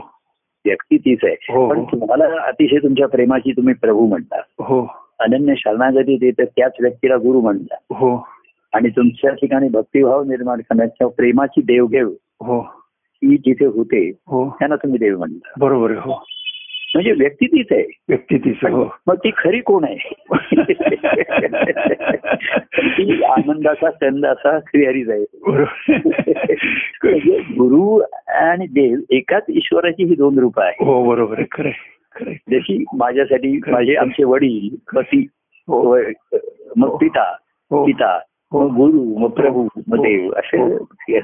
Speaker 1: व्यक्ती तीच आहे
Speaker 2: हो.
Speaker 1: पण तुम्हाला अतिशय तुमच्या प्रेमाची तुम्ही प्रभू म्हणता
Speaker 2: हो
Speaker 1: अनन्य शरणागती देते त्याच व्यक्तीला गुरु म्हणता
Speaker 2: हो
Speaker 1: आणि तुमच्या ठिकाणी भक्तिभाव निर्माण करण्याच्या प्रेमाची देवघेव
Speaker 2: हो
Speaker 1: ही जिथे होते
Speaker 2: हो
Speaker 1: त्यांना तुम्ही देव म्हणता
Speaker 2: बरोबर आहे, हो
Speaker 1: म्हणजे व्यक्ती तीच आहे
Speaker 2: व्यक्ती तीच
Speaker 1: पण
Speaker 2: हो
Speaker 1: मग ती खरी कोण आहे [laughs] ती आनंदाचा कंद असा श्रीहरीच
Speaker 2: [laughs]
Speaker 1: आहे
Speaker 2: बरोबर
Speaker 1: म्हणजे गुरु आणि देव एकाच ईश्वराची ही दोन रूपं आहेत
Speaker 2: हो बरोबर आहे खरं आहे, खरं आहे.
Speaker 1: जशी माझ्यासाठी
Speaker 2: खरं.
Speaker 1: माझे आमचे वडील पती
Speaker 2: हो.
Speaker 1: व- मग पिता
Speaker 2: हो
Speaker 1: पिता
Speaker 2: हो.
Speaker 1: मग गुरु मग प्रभू मग
Speaker 2: हो.
Speaker 1: देव असे
Speaker 2: हो.
Speaker 1: हे.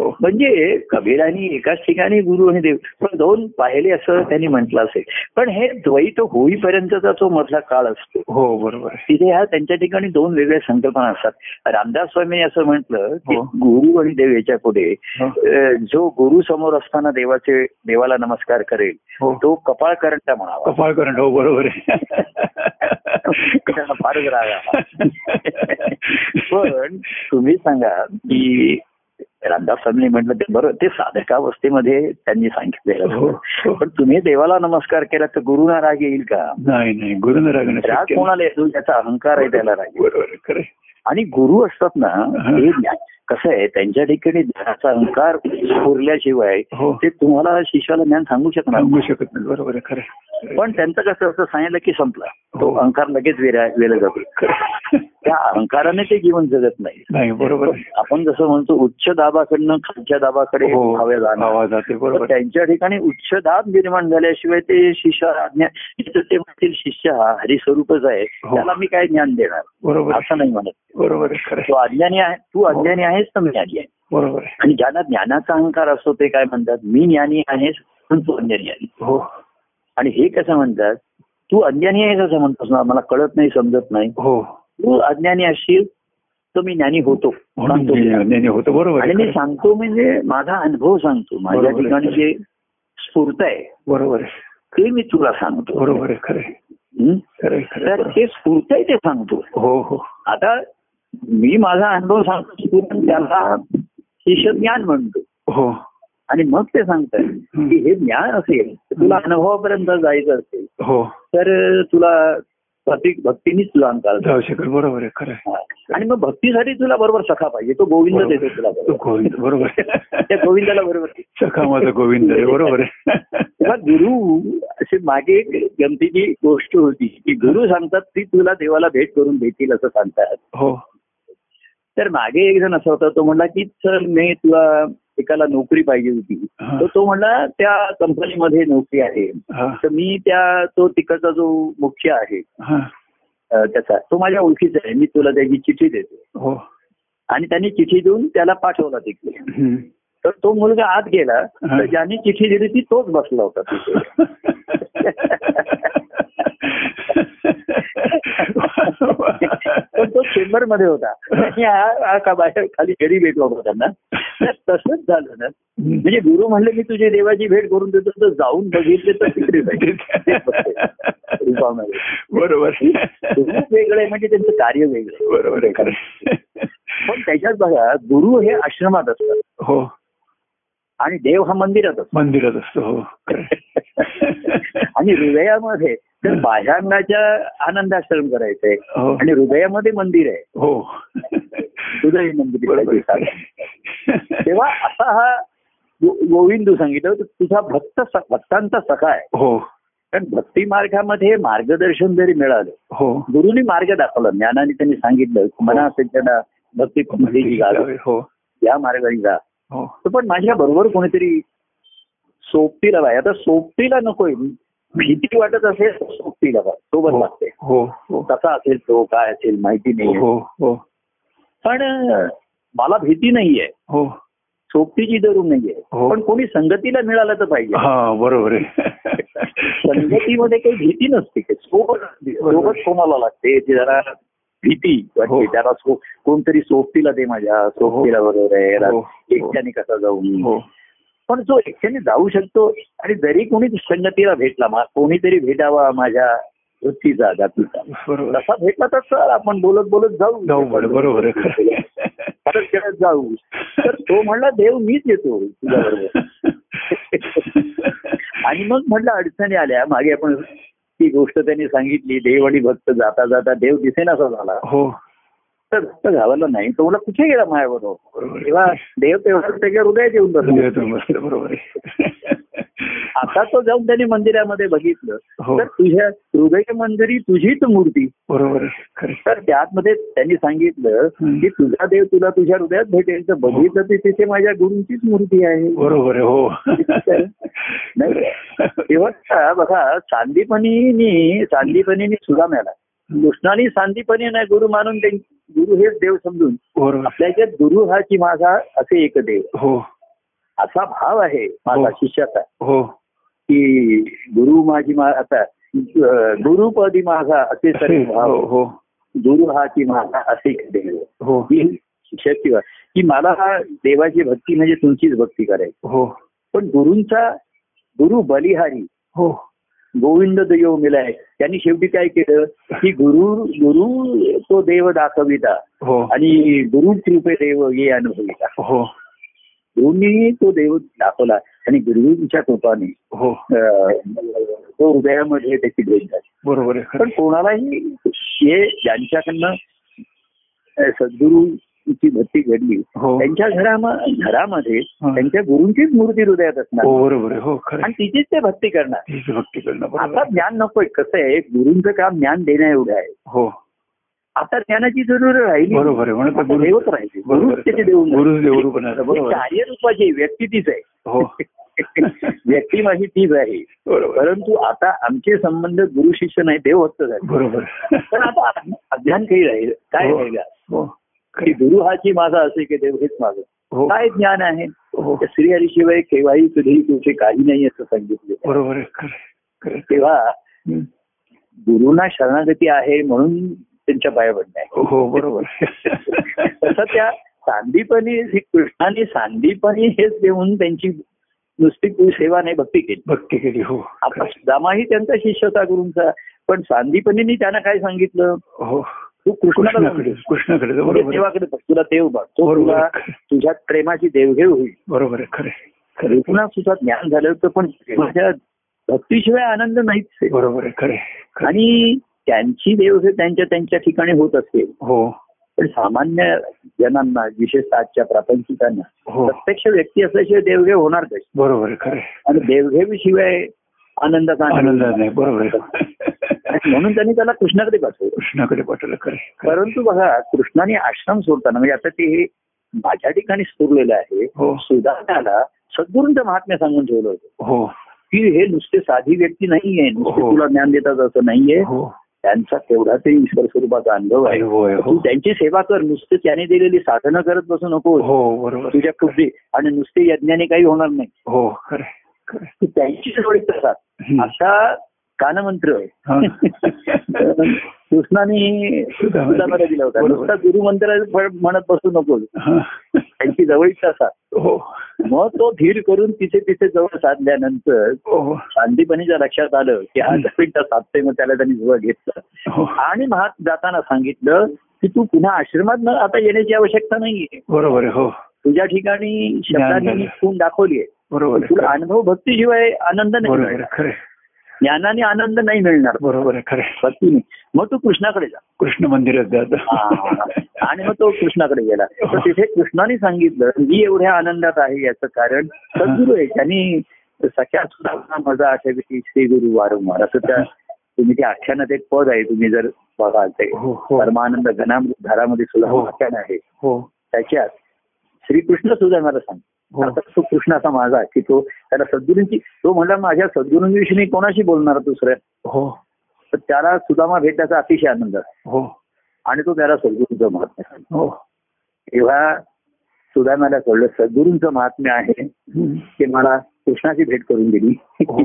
Speaker 2: हो.
Speaker 1: म्हणजे कबीरानी एकाच ठिकाणी गुरु आणि देव पण दोन पाहिले असं त्यांनी म्हटलं असेल पण हे द्वैत होईपर्यंतचा तो मधला काळ असतो
Speaker 2: हो बरोबर आहे
Speaker 1: तिथे ह्या त्यांच्या ठिकाणी दोन वेगळ्या संकल्पना असतात रामदास स्वामी असं म्हटलं की
Speaker 2: हो.
Speaker 1: गुरु आणि देव याच्या पुढे
Speaker 2: हो.
Speaker 1: अं, जो गुरु समोर असताना देवाचे देवाला नमस्कार करेल
Speaker 2: हो
Speaker 1: तो कपाळ करंटा म्हणावा
Speaker 2: कपाळ करण हो बरोबर आहे
Speaker 1: त्यांना फारच राग आला. पण तुम्ही सांगा की रामदास स्वामी म्हटलं ते बरोबर ते साधकावस्थेमध्ये त्यांनी सांगितलेलं
Speaker 2: हो, हो.
Speaker 1: होतं. पण तुम्ही देवाला नमस्कार केला तर गुरुना राग येईल का
Speaker 2: नाही नाही गुरु न रागणं
Speaker 1: राग
Speaker 2: शक्य
Speaker 1: कोणाला येतो ज्याचा अहंकार आहे त्याला राग
Speaker 2: नाही.
Speaker 1: येईल.
Speaker 2: बरोबर आहे, खरं आहे.
Speaker 1: आणि गुरु असतात ना ते ज्ञान- कसं आहे त्यांच्या ठिकाणी ज्ञानाचा अहंकार उरल्याशिवाय
Speaker 2: हो
Speaker 1: ते तुम्हाला शिष्याला ज्ञान सांगू शकणार
Speaker 2: सांगू शकत नाही बरोबर आहे खरं आहे.
Speaker 1: पण त्यांचं कसं असतं सांगितलं की संपला तो
Speaker 2: हो.
Speaker 1: अहंकार लगेच वेरा- वेला जातो
Speaker 2: खरं आहे.
Speaker 1: त्या अहंकाराने ते जीवन जगत नाही
Speaker 2: नाही बरोबर आहे.
Speaker 1: आपण जसं म्हणतो उच्च दाबाकडनं खालच्या दाबाकडे
Speaker 2: हो
Speaker 1: हवे जाणार
Speaker 2: आवाज जाते
Speaker 1: तर
Speaker 2: बरोबर आहे.
Speaker 1: त्यांच्या ठिकाणी उच्च दाब निर्माण झाल्याशिवाय ते शिष्य आज्ञा इथं ते म्हणतील शिष्य हा हरिस्वरूपच आहे
Speaker 2: हो.
Speaker 1: त्याला मी काय ज्ञान देणार
Speaker 2: बरोबर हो. आहे.
Speaker 1: असं नाही म्हणत
Speaker 2: बरोबर आहे खरं
Speaker 1: तो
Speaker 2: आहे.
Speaker 1: अज्ञानी आहे तू अज्ञानी आहेस तर मी ज्ञानी आहे
Speaker 2: बरोबर आहे
Speaker 1: आणि ज्यांना ज्ञानाचा अहंकार असतो ते काय म्हणतात मी ज्ञानी आहेस पण तू अज्ञानी आहे
Speaker 2: हो
Speaker 1: आणि हे कसं म्हणतात तू अज्ञानी आहेस असं म्हणतोस ना मला कळत नाही समजत नाही
Speaker 2: हो
Speaker 1: तू अज्ञानी असशील तर मी ज्ञानी होतो
Speaker 2: म्हणून
Speaker 1: सांगतो मी.
Speaker 2: ते- नाही, नाही, होतं बरोबर
Speaker 1: आणि
Speaker 2: आहे
Speaker 1: मी
Speaker 2: हो, खरं आहे.
Speaker 1: सांगतो म्हणजे माझा अनुभव सांगतो माझ्या
Speaker 2: बरोबर आहे.
Speaker 1: ठिकाणी जे स्फूर्त आहे
Speaker 2: बरोबर आहे
Speaker 1: ते मी तुला सांगतो
Speaker 2: बरोबर आहे खरं आहे.
Speaker 1: हं?
Speaker 2: खरं आहे, खरं आहे,
Speaker 1: तर
Speaker 2: बरोबर.
Speaker 1: ते स्फूर्त आहे ते सांगतो
Speaker 2: हो हो
Speaker 1: आता मी माझा अनुभव सांगतो स्फूर्त त्याला शिष्य ज्ञान म्हणतो
Speaker 2: हो
Speaker 1: आणि मग ते सांगतात की हे ज्ञान असेल तर तुला अनुभवापर्यंत जायचं असेल
Speaker 2: हो
Speaker 1: तर तुला भक्ती भक्तीनीच तुला अंकार
Speaker 2: जाऊ शकेल बरोबर आहे खरं आहे.
Speaker 1: आणि मग भक्तीसाठी तुला बरोबर सखा पाहिजे तो गोविंद
Speaker 2: बरोबर.
Speaker 1: देतो तुला
Speaker 2: तो
Speaker 1: बरोबर.
Speaker 2: गोविंद बरोबर आहे.
Speaker 1: [laughs] त्या गोविंदाला बरोबर
Speaker 2: सखा माझा गोविंद आहे बरोबर आहे
Speaker 1: तेव्हा गुरु असे मागे एक गमतीची गोष्ट होती की गुरु सांगतात ती तुला देवाला भेट करून देतील असं सांगतात
Speaker 2: हो
Speaker 1: तर मागे एक जण असा होता तो म्हणला की चल मी तुला एकाला नोकरी पाहिजे होती
Speaker 2: हा,
Speaker 1: तर तो म्हणला त्या कंपनीमध्ये नोकरी आहे
Speaker 2: हा,
Speaker 1: तर मी त्या तो तिकडचा जो मुख्य आहे
Speaker 2: हा,
Speaker 1: अ, त्याचा तो माझ्या ओळखीचा आहे मी तुला त्याची चिठी देतो
Speaker 2: हो
Speaker 1: आणि त्यांनी चिठी देऊन त्याला पाठवला तिकडे
Speaker 2: हम्म.
Speaker 1: तर तो मुलगा आत गेला तर ज्याने चिठी दिली ती तोच बसला होता तिथे पण तो चेंबर मध्ये होता आणि हा- हा का बाहेर खाली घरी भेटला होता त्यांना तर तसंच झालं ना म्हणजे गुरु म्हणले मी तुझ्या देवाची भेट करून देतो तर जाऊन बघितले तर तिकडे जाईल रूपामध्ये
Speaker 2: बरोबर
Speaker 1: गुरु वेगळं आहे म्हणजे त्यांचं कार्य वेगळं आहे.
Speaker 2: बरोबर आहे खरं.
Speaker 1: पण त्याच्यात बघा गुरु हे आश्रमात असतात
Speaker 2: हो
Speaker 1: आणि देव हा मंदिरात असतो
Speaker 2: मंदिरात असतो हो खरं.
Speaker 1: आणि हृदयामध्ये तर बाह्यांगाच्या आनंदाश्रम करायचंय
Speaker 2: हो
Speaker 1: आणि हृदयामध्ये मंदिर आहे
Speaker 2: हो
Speaker 1: हृदय मंदिर
Speaker 2: बरोबर
Speaker 1: करायचंय.
Speaker 2: आहे.
Speaker 1: तेव्हा असा हा गो- गोविंदू सांगितलं होतं, तुझा भक्त स- भक्तांचा सखा आहे
Speaker 2: हो
Speaker 1: कारण भक्ती मार्गामध्ये मार्गदर्शन जरी मिळालं
Speaker 2: हो
Speaker 1: गुरुनी मार्ग दाखवला ज्ञानाने त्यांनी सांगितलं मना सज्जना भक्ती कुंभलीची घाल
Speaker 2: हो
Speaker 1: या मार्गाने जा
Speaker 2: हो
Speaker 1: तर पण माझ्या बरोबर कोणीतरी सोबतीला बाय आता सोबतीला नकोय भीती वाटत असेल तर सोबतीला बाय सोबत लागते
Speaker 2: हो हो
Speaker 1: कसा असेल तो काय असेल माहिती नाही
Speaker 2: हो हो
Speaker 1: पण अं, मला भीती नाहीये
Speaker 2: हो
Speaker 1: सोबतीची जरूर नाहीये
Speaker 2: हो.
Speaker 1: पण कोणी संगतीला मिळालं तर पाहिजे
Speaker 2: हा बरोबर आहे
Speaker 1: संगतीमध्ये काही भीती नसते काही. सोबत असते. सोबत कोणाला लागते ती जरा भीती वाटते
Speaker 2: हो.
Speaker 1: त्याला सो- कोणतरी सोबतीला दे माझ्या सोबतीला वगैरे
Speaker 2: हो.
Speaker 1: एकट्याने कसा जाऊ मी?
Speaker 2: हो
Speaker 1: पण जो एकट्याने जाऊ शकतो आणि जरी कोणी संगतीला भेटला मा- कोणीतरी भेटावा माझ्या वृत्तीचा जातीचा
Speaker 2: बरोबर
Speaker 1: तसा भेटला तर सर आपण बोलत बोलत जाऊ
Speaker 2: जाऊ बरं, बरोबर आहे खरं.
Speaker 1: परत खेळत जाऊ तर तो म्हणला देव मीच येतो तुझ्याबरोबर आणि मग म्हटलं अडचणी आल्या मागे आपण ती गोष्ट त्यांनी सांगितली देव आणि भक्त जाता जाता देव दिसेनासा झाला
Speaker 2: हो
Speaker 1: तर भक्त घालवला नाही तो मला कुठे गेला माझ्याबरोबर
Speaker 2: बरोबर.
Speaker 1: तेव्हा देव तेव्हा त्याच्या हृदयात येऊन
Speaker 2: म्हणजे
Speaker 1: बसला
Speaker 2: तो मस्त बरोबर आहे
Speaker 1: आता तो जाऊन त्यांनी मंदिरामध्ये बघितलं
Speaker 2: हो
Speaker 1: तर तुझ्या हृदय मंदिरी तुझीच मूर्ती
Speaker 2: बरोबर आहे खरं
Speaker 1: तर त्यामध्ये त्यांनी सांगितलं
Speaker 2: हं.
Speaker 1: की तुझा देव तुला तुझ्या हृदयात भेटेल तर बघितलं ते तिथे माझ्या गुरुंचीच मूर्ती आहे
Speaker 2: बरोबर आहे हो
Speaker 1: [laughs] तेव्हा बघा चांदीपणीनी चांदीपणीनी सुदाम्याला कृष्णाने सांदीपणी नाही गुरु मानून त्यां- गुरु हेच देव समजून
Speaker 2: बरोबर आहे.
Speaker 1: आपल्याच्यात गुरु हा की माझा असे एक देव
Speaker 2: हो
Speaker 1: असा भाव आहे माझा
Speaker 2: हो.
Speaker 1: शिष्याचा
Speaker 2: हो
Speaker 1: की गुरु माझी मा- आता अं, गुरुपदी माझा असे
Speaker 2: [laughs]
Speaker 1: सर्व भाव
Speaker 2: हो हो
Speaker 1: गुरु हा की माझा असे एक देव
Speaker 2: हो
Speaker 1: ही शिक्षक किंवा की मला हा देवाची भक्ती म्हणजे तुमचीच भक्ती करायची
Speaker 2: हो
Speaker 1: पण गुरुंचा गुरु बलिहारी
Speaker 2: हो
Speaker 1: गोविंद देव मिलाय त्यांनी शेवटी काय केलं की गुरु गुरु तो देव दाखविता
Speaker 2: हो
Speaker 1: आणि गुरु कृपे देव ये अनुभविता
Speaker 2: हो
Speaker 1: गुरुंनी तो देव दाखवला आणि गुरुंच्या कृपाने
Speaker 2: हो
Speaker 1: अं, तो हृदयामध्ये त्याची भेट झाली
Speaker 2: बरोबर आहे खरं
Speaker 1: पण कोणालाही हे ज्यांच्याकडनं अं, सद्गुरूची भक्ती घडली
Speaker 2: हो
Speaker 1: त्यांच्या घरामा घरामध्ये
Speaker 2: हा.
Speaker 1: त्यांच्या गुरुंचीच मूर्ती हृदयात
Speaker 2: हो
Speaker 1: असणार
Speaker 2: बरोबर आहे हो खरं
Speaker 1: आणि तिचीच ते भक्ती करणार
Speaker 2: तीच भक्ती करणं बरोबर
Speaker 1: आता
Speaker 2: आहे.
Speaker 1: ज्ञान नकोय कसं आहे गुरुंचं काम ज्ञान देण्या एवढं आहे
Speaker 2: हो
Speaker 1: आता ज्ञानाची जरूर राहिली
Speaker 2: बरोबर आहे म्हणून
Speaker 1: आता
Speaker 2: तर गुरु-
Speaker 1: देवच राहिली
Speaker 2: बरोबर
Speaker 1: गुरुच
Speaker 2: आहे.
Speaker 1: त्याचे देऊन
Speaker 2: गुरुच देव बनायचं बरोबर आहे.
Speaker 1: कार्यरूपाची व्यक्ती तीच
Speaker 2: हो
Speaker 1: आहे [laughs] व्यक्ती माझी तीच आहे
Speaker 2: बरोबर
Speaker 1: परंतु आता आमचे संबंध गुरु शिष्य नाही देव होत झाले
Speaker 2: बरोबर
Speaker 1: पण आता अध्ययन काही राहील काय
Speaker 2: हो.
Speaker 1: राहिलं
Speaker 2: हो
Speaker 1: की गुरु हा की माझा असे की देव हेच माझं
Speaker 2: हो
Speaker 1: काय ज्ञान आहे
Speaker 2: हो
Speaker 1: श्रीहरीशिवाय केव्हाही कधीही तुझे काही नाही असं सांगितले
Speaker 2: बरोबर आहे खरं आहे. खरं आहे.
Speaker 1: तेव्हा
Speaker 2: हम्म.
Speaker 1: गुरुना शरणागती आहे म्हणून त्यांच्या पाया पडणे आहे
Speaker 2: हो बरोबर आहे.
Speaker 1: तसं त्या सांदीपणी श्री कृष्णाने सांदीपणी हेच देऊन त्यांची नुसती पू- सेवा नाही भक्ती केली
Speaker 2: भक्ती केली हो
Speaker 1: आता सुदामाही त्यांचा शिष्य होता गुरुंचा पण सांदीपणीने त्यांना काय सांगितलं
Speaker 2: हो
Speaker 1: तू कृष्णाला
Speaker 2: कृष्णाकडे कृष्णाकडे
Speaker 1: म्हणजे
Speaker 2: तर बरोबर आहे.
Speaker 1: देवाकडे बघ तुला देव बघ तो
Speaker 2: बरोबर
Speaker 1: तुला
Speaker 2: आहे. खरं-
Speaker 1: तुझ्या प्रेमाची देवघेव होईल
Speaker 2: बरोबर आहे खरं आहे. खरं आहे.
Speaker 1: कृष्णा सुद्धा ज्ञान झालं होतं पण माझ्या भक्तीशिवाय आनंद नाहीच आहे.
Speaker 2: बरोबर आहे खरं आहे. खरं आहे.
Speaker 1: आणि त्यांची देवघेव त्यांच्या त्यांच्या ठिकाणी होत असेल
Speaker 2: हो
Speaker 1: पण सामान्य जणांना विशेषतः आजच्या प्रापंचिकांना
Speaker 2: हो
Speaker 1: प्रत्यक्ष व्यक्ती असल्याशिवाय देवघेव होणार कशी
Speaker 2: बरोबर आहे खरं आहे.
Speaker 1: आणि देवघेव शिवाय आनंदाचा आनंद
Speaker 2: आनंद
Speaker 1: होणार
Speaker 2: नाही बरोबर आहे
Speaker 1: नाही. म्हणून त्यांनी त्याला कृष्णाकडे पाठवलं
Speaker 2: कृष्णाकडे पाठवलं खरं आहे. खरं आहे.
Speaker 1: परंतु बघा कृष्णाने आश्रम सोडताना म्हणजे आता ते हे माझ्या ठिकाणी स्फुरलेलं आहे
Speaker 2: हो
Speaker 1: सुधारणाला सद्गुरूंचं महात्म्य सांगून ठेवलं होतं
Speaker 2: हो
Speaker 1: की हे नुसते साधी व्यक्ती नाहीये नुसते
Speaker 2: हो.
Speaker 1: तुला ज्ञान देतात असं नाहीये
Speaker 2: हो
Speaker 1: त्यांचा तेवढा ते ईश्वर स्वरूपाचा अनुभव आहे
Speaker 2: अनुभव आहे,
Speaker 1: तू
Speaker 2: हो
Speaker 1: त्यांची सेवा कर नुसते त्याने दिलेली साधनं करत बसू नको
Speaker 2: हो बरोबर
Speaker 1: तुझ्या कृती आणि नुसते यज्ञाने काही होणार नाही
Speaker 2: हो खरं आहे, खरं आहे.
Speaker 1: तू त्यांची जवळ करतात
Speaker 2: हम्म.
Speaker 1: असा कानमंत्र
Speaker 2: [laughs]
Speaker 1: आहे
Speaker 2: हा.
Speaker 1: कृष्णाने
Speaker 2: सुदामा-
Speaker 1: सुदामाला दिला होता
Speaker 2: बरोबर.
Speaker 1: नुसता गुरुमंत्र म्हणत बसू नको
Speaker 2: हा.
Speaker 1: त्यांची जवळीक असतात
Speaker 2: हो
Speaker 1: मग तो धीर करून तिथे तिथे जवळ साधल्यानंतर
Speaker 2: हो
Speaker 1: शांतीपणीच्या लक्षात आलं की हा
Speaker 2: हं.
Speaker 1: जवळीकता साधते मग त्याला त्यांनी जवळ घेतलं
Speaker 2: हो
Speaker 1: आणि महात जाताना सांगितलं की तू पुन्हा आश्रमात न आता येण्याची आवश्यकता नाहीये
Speaker 2: बरोबर आहे, हो
Speaker 1: तुझ्या ठिकाणी
Speaker 2: ज्ञान
Speaker 1: शब्दाने
Speaker 2: झालं.
Speaker 1: खून दाखवलीये
Speaker 2: बरोबर आहे,
Speaker 1: तुला अनुभव भक्तीशिवाय आनंद नाही
Speaker 2: बरोबर आहे,
Speaker 1: मिळणार
Speaker 2: खरं आहे,
Speaker 1: ज्ञानाने आनंद नाही मिळणार
Speaker 2: बरोबर आहे खरं आहे.
Speaker 1: भक्तीने मग तू कृष्णाकडे जा
Speaker 2: कृष्ण मंदिरात
Speaker 1: हा.
Speaker 2: जात
Speaker 1: आणि मग तो कृष्णाकडे गेला तर तिथे कृष्णाने सांगितलं मी एवढ्या आनंदात आहे याचं कारण सद्गुरू आहे त्यांनी सख्या सुद्धा मजा आठवते श्री गुरु वारंवार असं त्या तुम्ही ते आख्यानात एक पद आहे तुम्ही जर बघाल ते
Speaker 2: हो हो
Speaker 1: परमानंद घनामृत धारामध्ये
Speaker 2: हो.
Speaker 1: सुद्धा आख्यान आहे
Speaker 2: हो
Speaker 1: त्याच्यात श्रीकृष्ण सुद्धा मला सांग
Speaker 2: हो.
Speaker 1: आता तो कृष्णाचा माझा की तो त्याला सद्गुरूंची तो म्हणला माझ्या सद्गुरूंविषयी मी कोणाशी बोलणार दुसऱ्या
Speaker 2: हो
Speaker 1: तर त्याला सुदामा भेटण्याचा अतिशय आनंद आहे
Speaker 2: हो
Speaker 1: आणि तो त्याला सद्गुरूंचं महात्म्य सांगतो.
Speaker 2: हो
Speaker 1: तेव्हा सुदामाला कळलं सद्गुरूंचं महात्म्य आहे
Speaker 2: हम्म.
Speaker 1: ते मला कृष्णाची भेट करून दिली
Speaker 2: हो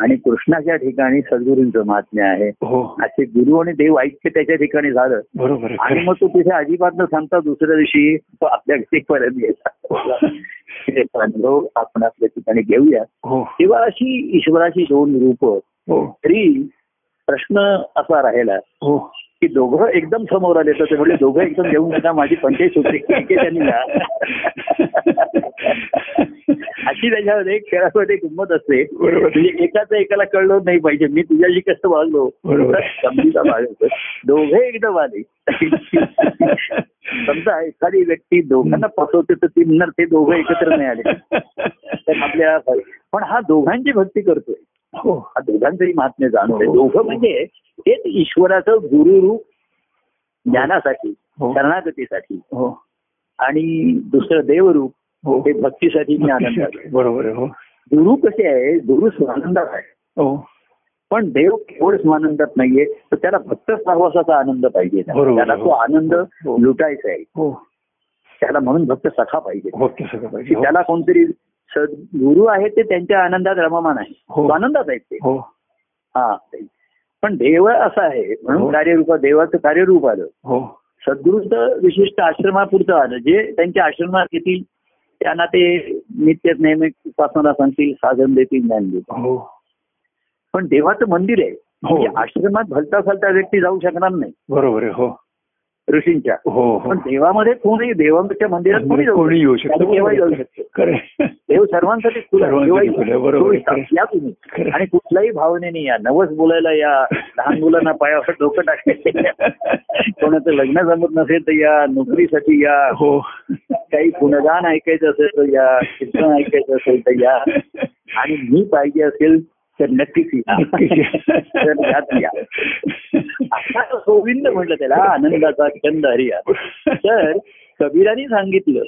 Speaker 1: आणि कृष्णाच्या ठिकाणी सद्गुरूंचं महात्म्य आहे
Speaker 2: हो
Speaker 1: असे गुरु आणि देव ऐक्य त्याच्या ठिकाणी झालं
Speaker 2: बरोबर आहे
Speaker 1: आणि
Speaker 2: खरं
Speaker 1: मग तो तिथे अजिबात न सांगता दुसऱ्या दिवशी तो आपल्या घरी परत
Speaker 2: [laughs]
Speaker 1: गेला
Speaker 2: आहे.
Speaker 1: हे अनुभव आपण आपल्या ठिकाणी घेऊया
Speaker 2: हो
Speaker 1: तेव्हा अशी ईश्वराची दोन रूप
Speaker 2: हो
Speaker 1: तरी प्रश्न असा राहिला
Speaker 2: हो
Speaker 1: की दोघं एकदम समोर आले तर ते म्हणजे दोघं एकदम घेऊन नका माझी पंचायत सुटली ठीक आहे त्यांनी ना. अशी त्याच्यामध्ये एक खेळामध्ये एक गंमत असते
Speaker 2: बरोबर.
Speaker 1: म्हणजे एकाच एकाला कळलं नाही पाहिजे मी तुझ्याशी कसं वागलो
Speaker 2: बरोबर.
Speaker 1: समजीचा भाग होतो. दोघे एकदम आले समजा एखादी व्यक्ती दोघांना फसवते तर ती म्हणणार ते दोघं एकत्र नाही आले तर आपल्या पण हा दोघांची भक्ती करतोय
Speaker 2: हो
Speaker 1: हा दोघांचंही महात्म्य जाणवलंय
Speaker 2: हो.
Speaker 1: दोघं म्हणजे तेच ईश्वराचं गुरुरूप ज्ञानासाठी
Speaker 2: हो.
Speaker 1: शरणागतीसाठी
Speaker 2: हो
Speaker 1: आणि दुसरं देवरूप
Speaker 2: हो
Speaker 1: हे भक्तीसाठी ज्ञानासाठी
Speaker 2: बरोबर आहे हो
Speaker 1: गुरु कसे आहे गुरु स्वानंदात आहे
Speaker 2: हो
Speaker 1: पण देव केवळ स्वानंदात नाहीये तर त्याला भक्त सहवासाचा आनंद पाहिजे
Speaker 2: बरोबर.
Speaker 1: त्याला तो आनंद
Speaker 2: हो.
Speaker 1: लुटायचा आहे
Speaker 2: हो
Speaker 1: त्याला म्हणून भक्त सखा पाहिजे
Speaker 2: हो ते सगळं
Speaker 1: की
Speaker 2: पाहिजे हो.
Speaker 1: त्याला कोणतरी सद- गुरु आहेत ते त्यांच्या आनंदात रममान आहे
Speaker 2: हो.
Speaker 1: स्वानंदात आहेत ते
Speaker 2: हो
Speaker 1: हा पण देव असं आहे
Speaker 2: हो.
Speaker 1: म्हणून कार्यरूप देवाचं कार्यरूप आलं
Speaker 2: हो
Speaker 1: सद्गुरूचं विशिष्ट आश्रमापुरतं आलं जे त्यांच्या आश्रमात येतील त्यांना ते नित्य नेहमी उपासना सांगतील साधन देतील ज्ञान देतील
Speaker 2: हो
Speaker 1: पण देवाचं मंदिर आहे
Speaker 2: हो
Speaker 1: म्हणजे आश्रमात भलता फलता व्यक्ती जाऊ शकणार नाही
Speaker 2: बरोबर आहे हो
Speaker 1: ऋषींच्या
Speaker 2: हो हो
Speaker 1: पण देवामध्ये कोणी देवाच्या मंदिरात कोणी जाऊ
Speaker 2: कोणी येऊ
Speaker 1: शकतं. केव्हाही जाऊ शकतो
Speaker 2: शकतो खरं आहे.
Speaker 1: देव सर्वांसाठी खुला आहे.
Speaker 2: सर्वांसाठी
Speaker 1: केव्हाही
Speaker 2: खुला आहे. बरोबर आहे.
Speaker 1: चोवीस तास या तुम्ही
Speaker 2: खरं आहे.
Speaker 1: आणि कुठल्याही भावनेने या नवस बोलायला या लहान मुलांना पायावर डोकं टाकायचं कोणाचं लग्न जमत नसेल तर या नोकरीसाठी या
Speaker 2: हो
Speaker 1: काही गुणगान ऐकायचं असेल तर या कीर्तन ऐकायचं असेल तर या आणि मी पाहिजे असेल तर नक्कीच या तर यात या आता गोविंद म्हटलं त्याला आनंदाचा छंद हरिया तर कबीराने सांगितलं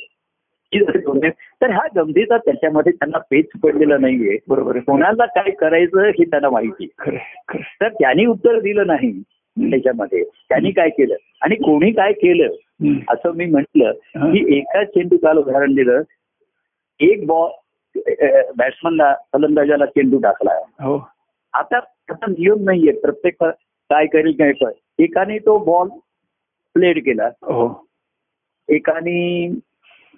Speaker 1: की जर कोणी- तर हा गमतीचा त्याच्यामध्ये त्यांना पेच पडलेला नाहीये
Speaker 2: बरोबर आहे कोणा
Speaker 1: कोणाला काय करायचं हे त्यांना माहिती आहे.
Speaker 2: खरं आहे, खरं आहे.
Speaker 1: तर त्यांनी उत्तर दिलं नाही त्याच्यामध्ये त्यांनी काय केलं आणि कोणी काय केलं
Speaker 2: हम्म.
Speaker 1: असं मी म्हटलं
Speaker 2: हा.
Speaker 1: की एकाच चेंडू काल उदाहरण दिलं एक बॉल बॅट्समनला फलंदाजाला चेंडू टाकला
Speaker 2: हो
Speaker 1: आता त्याचा नियम नाहीये प्रत्येक काय करेल काय करेल एकाने तो बॉल प्लेड केला
Speaker 2: हो
Speaker 1: एकाने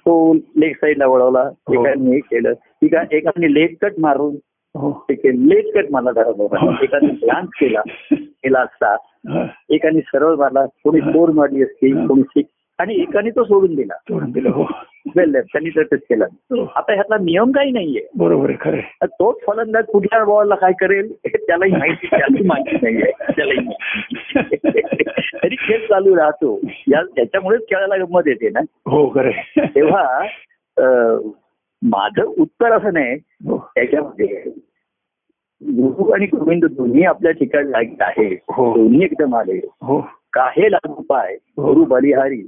Speaker 1: तो लेग साईडला वळवला एकाने हे केलं एका एकाने लेग कट मारून
Speaker 2: हो
Speaker 1: हे केलं लेग कट मारला धरा एकाने ग्लान्स केला केला असता
Speaker 2: हा,
Speaker 1: एकाने सरळ मारला कोणी फोर मारली असती कोणी सिक्स आणि एकाने तो सोडून दिला
Speaker 2: तोडून दिलं हो
Speaker 1: वेल लेफ्ट त्यांनी तर touch केला
Speaker 2: हो.
Speaker 1: आता ह्यातला नियम काही नाहीये
Speaker 2: बरोबर आहे खरं आहे.
Speaker 1: तोच फलंदाज कुठल्या बॉलला काय करेल हे त्यालाही माहिती त्यालाही माहिती नाहीये त्यालाही माहिती. तरी खेळ चालू राहतो या त्याच्यामुळेच खेळायला गंमत येते ना
Speaker 2: हो खरं आहे.
Speaker 1: तेव्हा अं, माझं उत्तर असं नाही
Speaker 2: हो
Speaker 1: त्याच्यामध्ये गुरु आणि गोविंद दोन्ही आपल्या ठिकाणी लागले आहे
Speaker 2: हो.
Speaker 1: दोन्ही एकदम आले
Speaker 2: हो
Speaker 1: काहेला उपाय
Speaker 2: हो.
Speaker 1: गुरु बलिहारी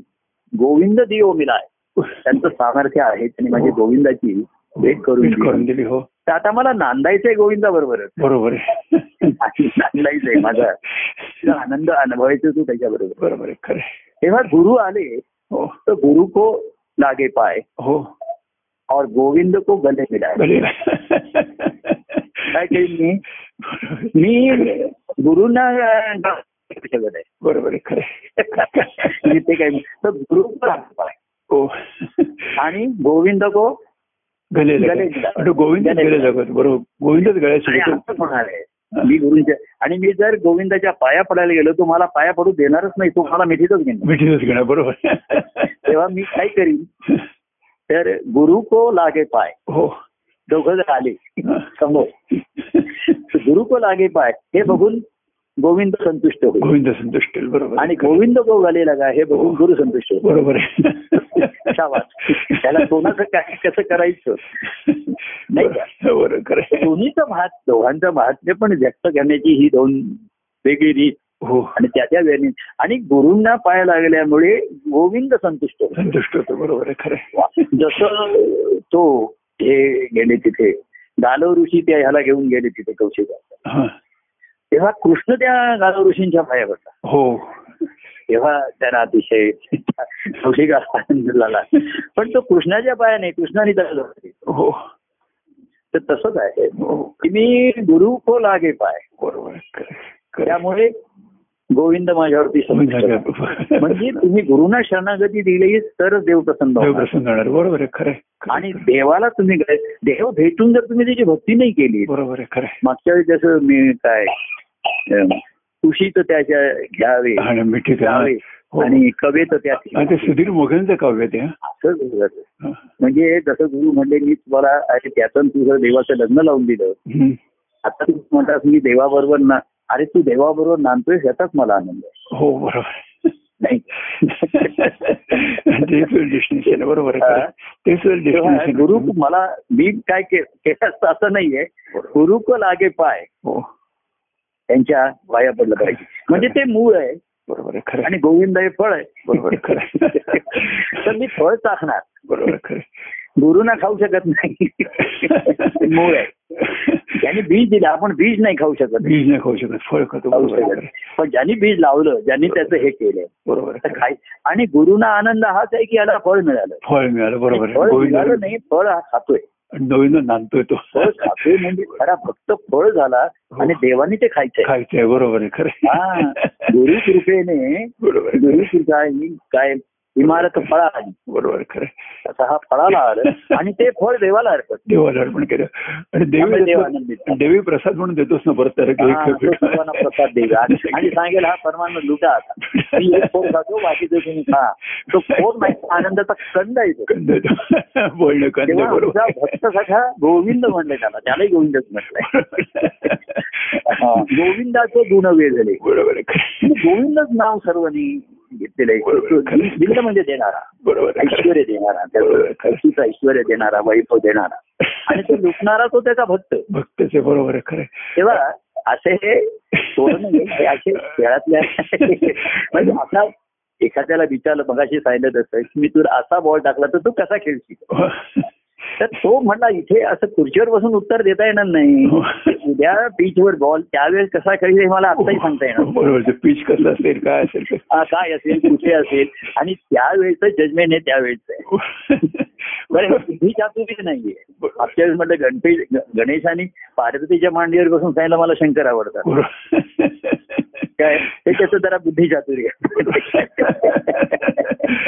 Speaker 1: गोविंद दियो मिलाय त्यांचं सामर्थ्य आहे त्यांनी माझी
Speaker 2: हो.
Speaker 1: गोविंदाची भेट करून
Speaker 2: भेट
Speaker 1: दिली.
Speaker 2: करून दिली हो
Speaker 1: तर आता मला नांदायचंय गोविंदा बरोबरच
Speaker 2: बरोबर आहे [laughs]
Speaker 1: नांदायचंय माझा तिला आनंद अनुभवायचा तू त्याच्या बरोबर
Speaker 2: बरोबर आहे खरं आहे.
Speaker 1: तेव्हा गुरु आले
Speaker 2: हो
Speaker 1: तो गुरु को लागे पाय
Speaker 2: हो
Speaker 1: और गोविंद को गले मिलाय
Speaker 2: भले
Speaker 1: काय केलं मी मी गुरुना अं, शकत आहे
Speaker 2: बरोबर आहे खरं आहे.
Speaker 1: मी ते काय तर गुरु को लागे पाय
Speaker 2: हो
Speaker 1: आणि गोविंद को
Speaker 2: गले
Speaker 1: गले
Speaker 2: लागत आणि गोविंद
Speaker 1: गले
Speaker 2: गले लागत बरोबर गोविंदच गळ्या
Speaker 1: आणि
Speaker 2: शिकतो
Speaker 1: असंच होणार आहे मी गुरुंच्या आणि मी जर गोविंदाच्या पाया पडायला गेलो तो मला पाया पडू देणारच नाही तो मला मिठीतच घेणार
Speaker 2: मिठीतच घेणार बरोबर
Speaker 1: तेव्हा मी काय करीन तर गुरु को लागे पाय
Speaker 2: हो
Speaker 1: दोघं जर आले समोर तर गुरु को लागे पाय हे बघून गोविंद संतुष्ट होईल
Speaker 2: गोविंद संतुष्ट होईल, बरोबर आहे.
Speaker 1: आणि गोविंद गो गाले लागा हे बघून गुरु संतुष्ट होईल
Speaker 2: बरोबर आहे
Speaker 1: शाबास. त्याला कोणाचं काय कसं करायचं नाही का?
Speaker 2: बरोबर खरं आहे.
Speaker 1: दोन्हीचं भात दोघांचं महात्म्य पण व्यक्त करण्याची ही दोन वेगळी रीत
Speaker 2: हो
Speaker 1: आणि त्या त्या वेळी आणि गुरुंना पाय लागल्यामुळे गोविंद संतुष्ट होतो.
Speaker 2: संतुष्ट होतो बरोबर आहे खरं आहे.
Speaker 1: जसं तो हे गेले तिथे गालव ऋषी त्या ह्याला घेऊन गेले तिथे कौशिक
Speaker 2: हा.
Speaker 1: तेव्हा कृष्ण त्या गालव ऋषींच्या पाया पडला
Speaker 2: हो
Speaker 1: तेव्हा त्यांना अतिशय कौशिक आनंद झाला पण तो कृष्णाच्या पाया नाही कृष्णाने त्याला जाऊ दिली.
Speaker 2: हो
Speaker 1: तर तसंच आहे
Speaker 2: हो
Speaker 1: की मी गुरु को लागे पाय
Speaker 2: बरोबर आहे. खरं आहे. खरं आहे.
Speaker 1: त्यामुळे गोविंद माझ्यावरती संतुष्ट झाला.
Speaker 2: [laughs]
Speaker 1: म्हणजे तुम्ही गुरुना शरणागती दिली तरच देव प्रसन्न
Speaker 2: देव
Speaker 1: होणार.
Speaker 2: प्रसन्न होणार बरोबर आहे खरं आहे. खरं आहे.
Speaker 1: आणि देवाला तुम्ही काय- देव भेटून जर तुम्ही त्याची भक्ती नाही केली
Speaker 2: बरोबर आहे खरं आहे.
Speaker 1: मागच्या वेळी जसं मी काय अं, तुशीत त्याच्या घ्यावे
Speaker 2: आणि मिठी ते-
Speaker 1: घ्यावे
Speaker 2: हो.
Speaker 1: आणि कवेत त्या
Speaker 2: आणि ते सुधीर मोघलचं काव्य ते हा?
Speaker 1: असं झालं.
Speaker 2: हा.
Speaker 1: म्हणजे जसं गुरु म्हणले मी तुम्हाला अरे त्याचं तुझं देवाचं लग्न लावून दिलं
Speaker 2: हम्म.
Speaker 1: आता तू म्हणतास मी देवाबरोबर ना अरे तू देवाबरोबर नांदतोय याचाच मला आनंद आहे
Speaker 2: हो बरोबर आहे. [laughs]
Speaker 1: नाही
Speaker 2: तेच डेस्टिनेशन आहे बरोबर आहे खरं आहे. तेच
Speaker 1: तेव्हा
Speaker 2: डेस्टिनेशन
Speaker 1: गुरु मला मी काय के- केलं असतं असं नाहीये गुरु को लागे पाय
Speaker 2: हो
Speaker 1: त्यांच्या पाया पडलं पाहिजे म्हणजे ते मूळ आहे
Speaker 2: बरोबर आहे खरं आहे.
Speaker 1: आणि गोविंद हे फळ आहे
Speaker 2: बरोबर आहे खरं आहे.
Speaker 1: [laughs] तर मी फळ चाखणार
Speaker 2: बरोबर आहे, खरं आहे.
Speaker 1: गुरुना खाऊ शकत नाही [laughs] ते मूळ आहे ज्यांनी बीज दिलं आपण बीज नाही खाऊ शकत
Speaker 2: [laughs] बीज नाही खाऊ शकत फळ खातो
Speaker 1: खाऊ
Speaker 2: बरोबर आहे,
Speaker 1: शकत
Speaker 2: खरं आहे.
Speaker 1: पण ज्यांनी बीज लावलं ज्यांनी त्याचं हे केलं
Speaker 2: बरोबर आहे,
Speaker 1: तर
Speaker 2: खरं आहे.
Speaker 1: खाय आणि गुरुना आनंद हाच आहे की याला फळ मिळालं
Speaker 2: फळ मिळालं बरोबर आहे.
Speaker 1: फळ
Speaker 2: गोविंद
Speaker 1: मिळालं नाही फळ हा खातोय
Speaker 2: गोविंद नांदतोय तो
Speaker 1: फळ खातोय म्हणजे खरा फक्त फळ झाला
Speaker 2: हो.
Speaker 1: आणि देवाने ते खायचंय
Speaker 2: खायचंय बरोबर आहे खरं
Speaker 1: हा
Speaker 2: आहे.
Speaker 1: गुरु कृपेने
Speaker 2: बरोबर आहे,
Speaker 1: गुरु कृपा ही काय इमारत फळा आली
Speaker 2: बरोबर आहे, खरं आहे.
Speaker 1: तसा हा
Speaker 2: [laughs]
Speaker 1: फळाला आलं आणि ते फळ देवाला अर्पण
Speaker 2: देवाला अर्पण केलं आणि
Speaker 1: त्यामुळे देव
Speaker 2: देवी देतो-
Speaker 1: आनंदित झाला.
Speaker 2: देवी प्रसाद म्हणून देतोच ना परत तर की
Speaker 1: हा, तो सर्वांना प्रसाद देईल
Speaker 2: [laughs]
Speaker 1: आणि आणि
Speaker 2: एक-
Speaker 1: सांगेल हा परमानंद लुटा आता मी एक फोन खातो बाकीचं तुम्ही खा तो फोन माहिती आनंदाचा कंद आहे तो.
Speaker 2: कंद देतो. बोलणं कंद
Speaker 1: तेव्हा
Speaker 2: बरोबर
Speaker 1: आमचा भक्त सखा गोविंद म्हणले त्याला त्यालाही गोविंदच म्हटलंय हा, गोविंदाचे गुण वेगळे
Speaker 2: बरोबर आहे, खरं आहे.
Speaker 1: म्हणजे गोविंदच नाव सर्वांनी घेतलेलं
Speaker 2: बरोबर,
Speaker 1: आहे
Speaker 2: खरं आहे.
Speaker 1: दिल्ल म्हणजे देणारा
Speaker 2: बरोबर आहे, खरं आहे.
Speaker 1: ऐश्वर देणारा
Speaker 2: बरोबर,
Speaker 1: त्याचं
Speaker 2: खरं.
Speaker 1: ऐश्वर ऐश्वर देणारा वैभव देणारा आणि तो लुटणारा तो त्याचा भक्त
Speaker 2: भक्ताचे बरोबर आहे खरं आहे.
Speaker 1: तेव्हा असे हे तोरण आहे, हे असे खेळातल्या म्हणजे आता एखाद्याला विचारलं मगाशी सांगितलं तसं की मी तुला असा बॉल टाकला तर तू कसा खेळशील
Speaker 2: हो.
Speaker 1: तर तो म्हणला इथे असं खुर्चीवर बसून उत्तर देता येणार
Speaker 2: हो.
Speaker 1: नाही उद्या पीचवर बॉल त्यावेळेस कसा खेळेल हे मला आत्ताही सांगता येणार
Speaker 2: [laughs]
Speaker 1: नाही.
Speaker 2: बरोबर ते पीच कसलं असेल काय असेल ते.
Speaker 1: हा, काय असेल कुठे असेल आणि त्यावेळेचं जजमेंट हे त्यावेळेचं आहे बरं ही चातुर्य नाहीये मागच्या वेळेस म्हटलं गणपती गणेशाने पार्वतीच्या मांडीवर बसून सांगायला मला शंकर आवडतात
Speaker 2: बरोबर.
Speaker 1: काय ते त्याचं जरा बुद्धी चातुर्य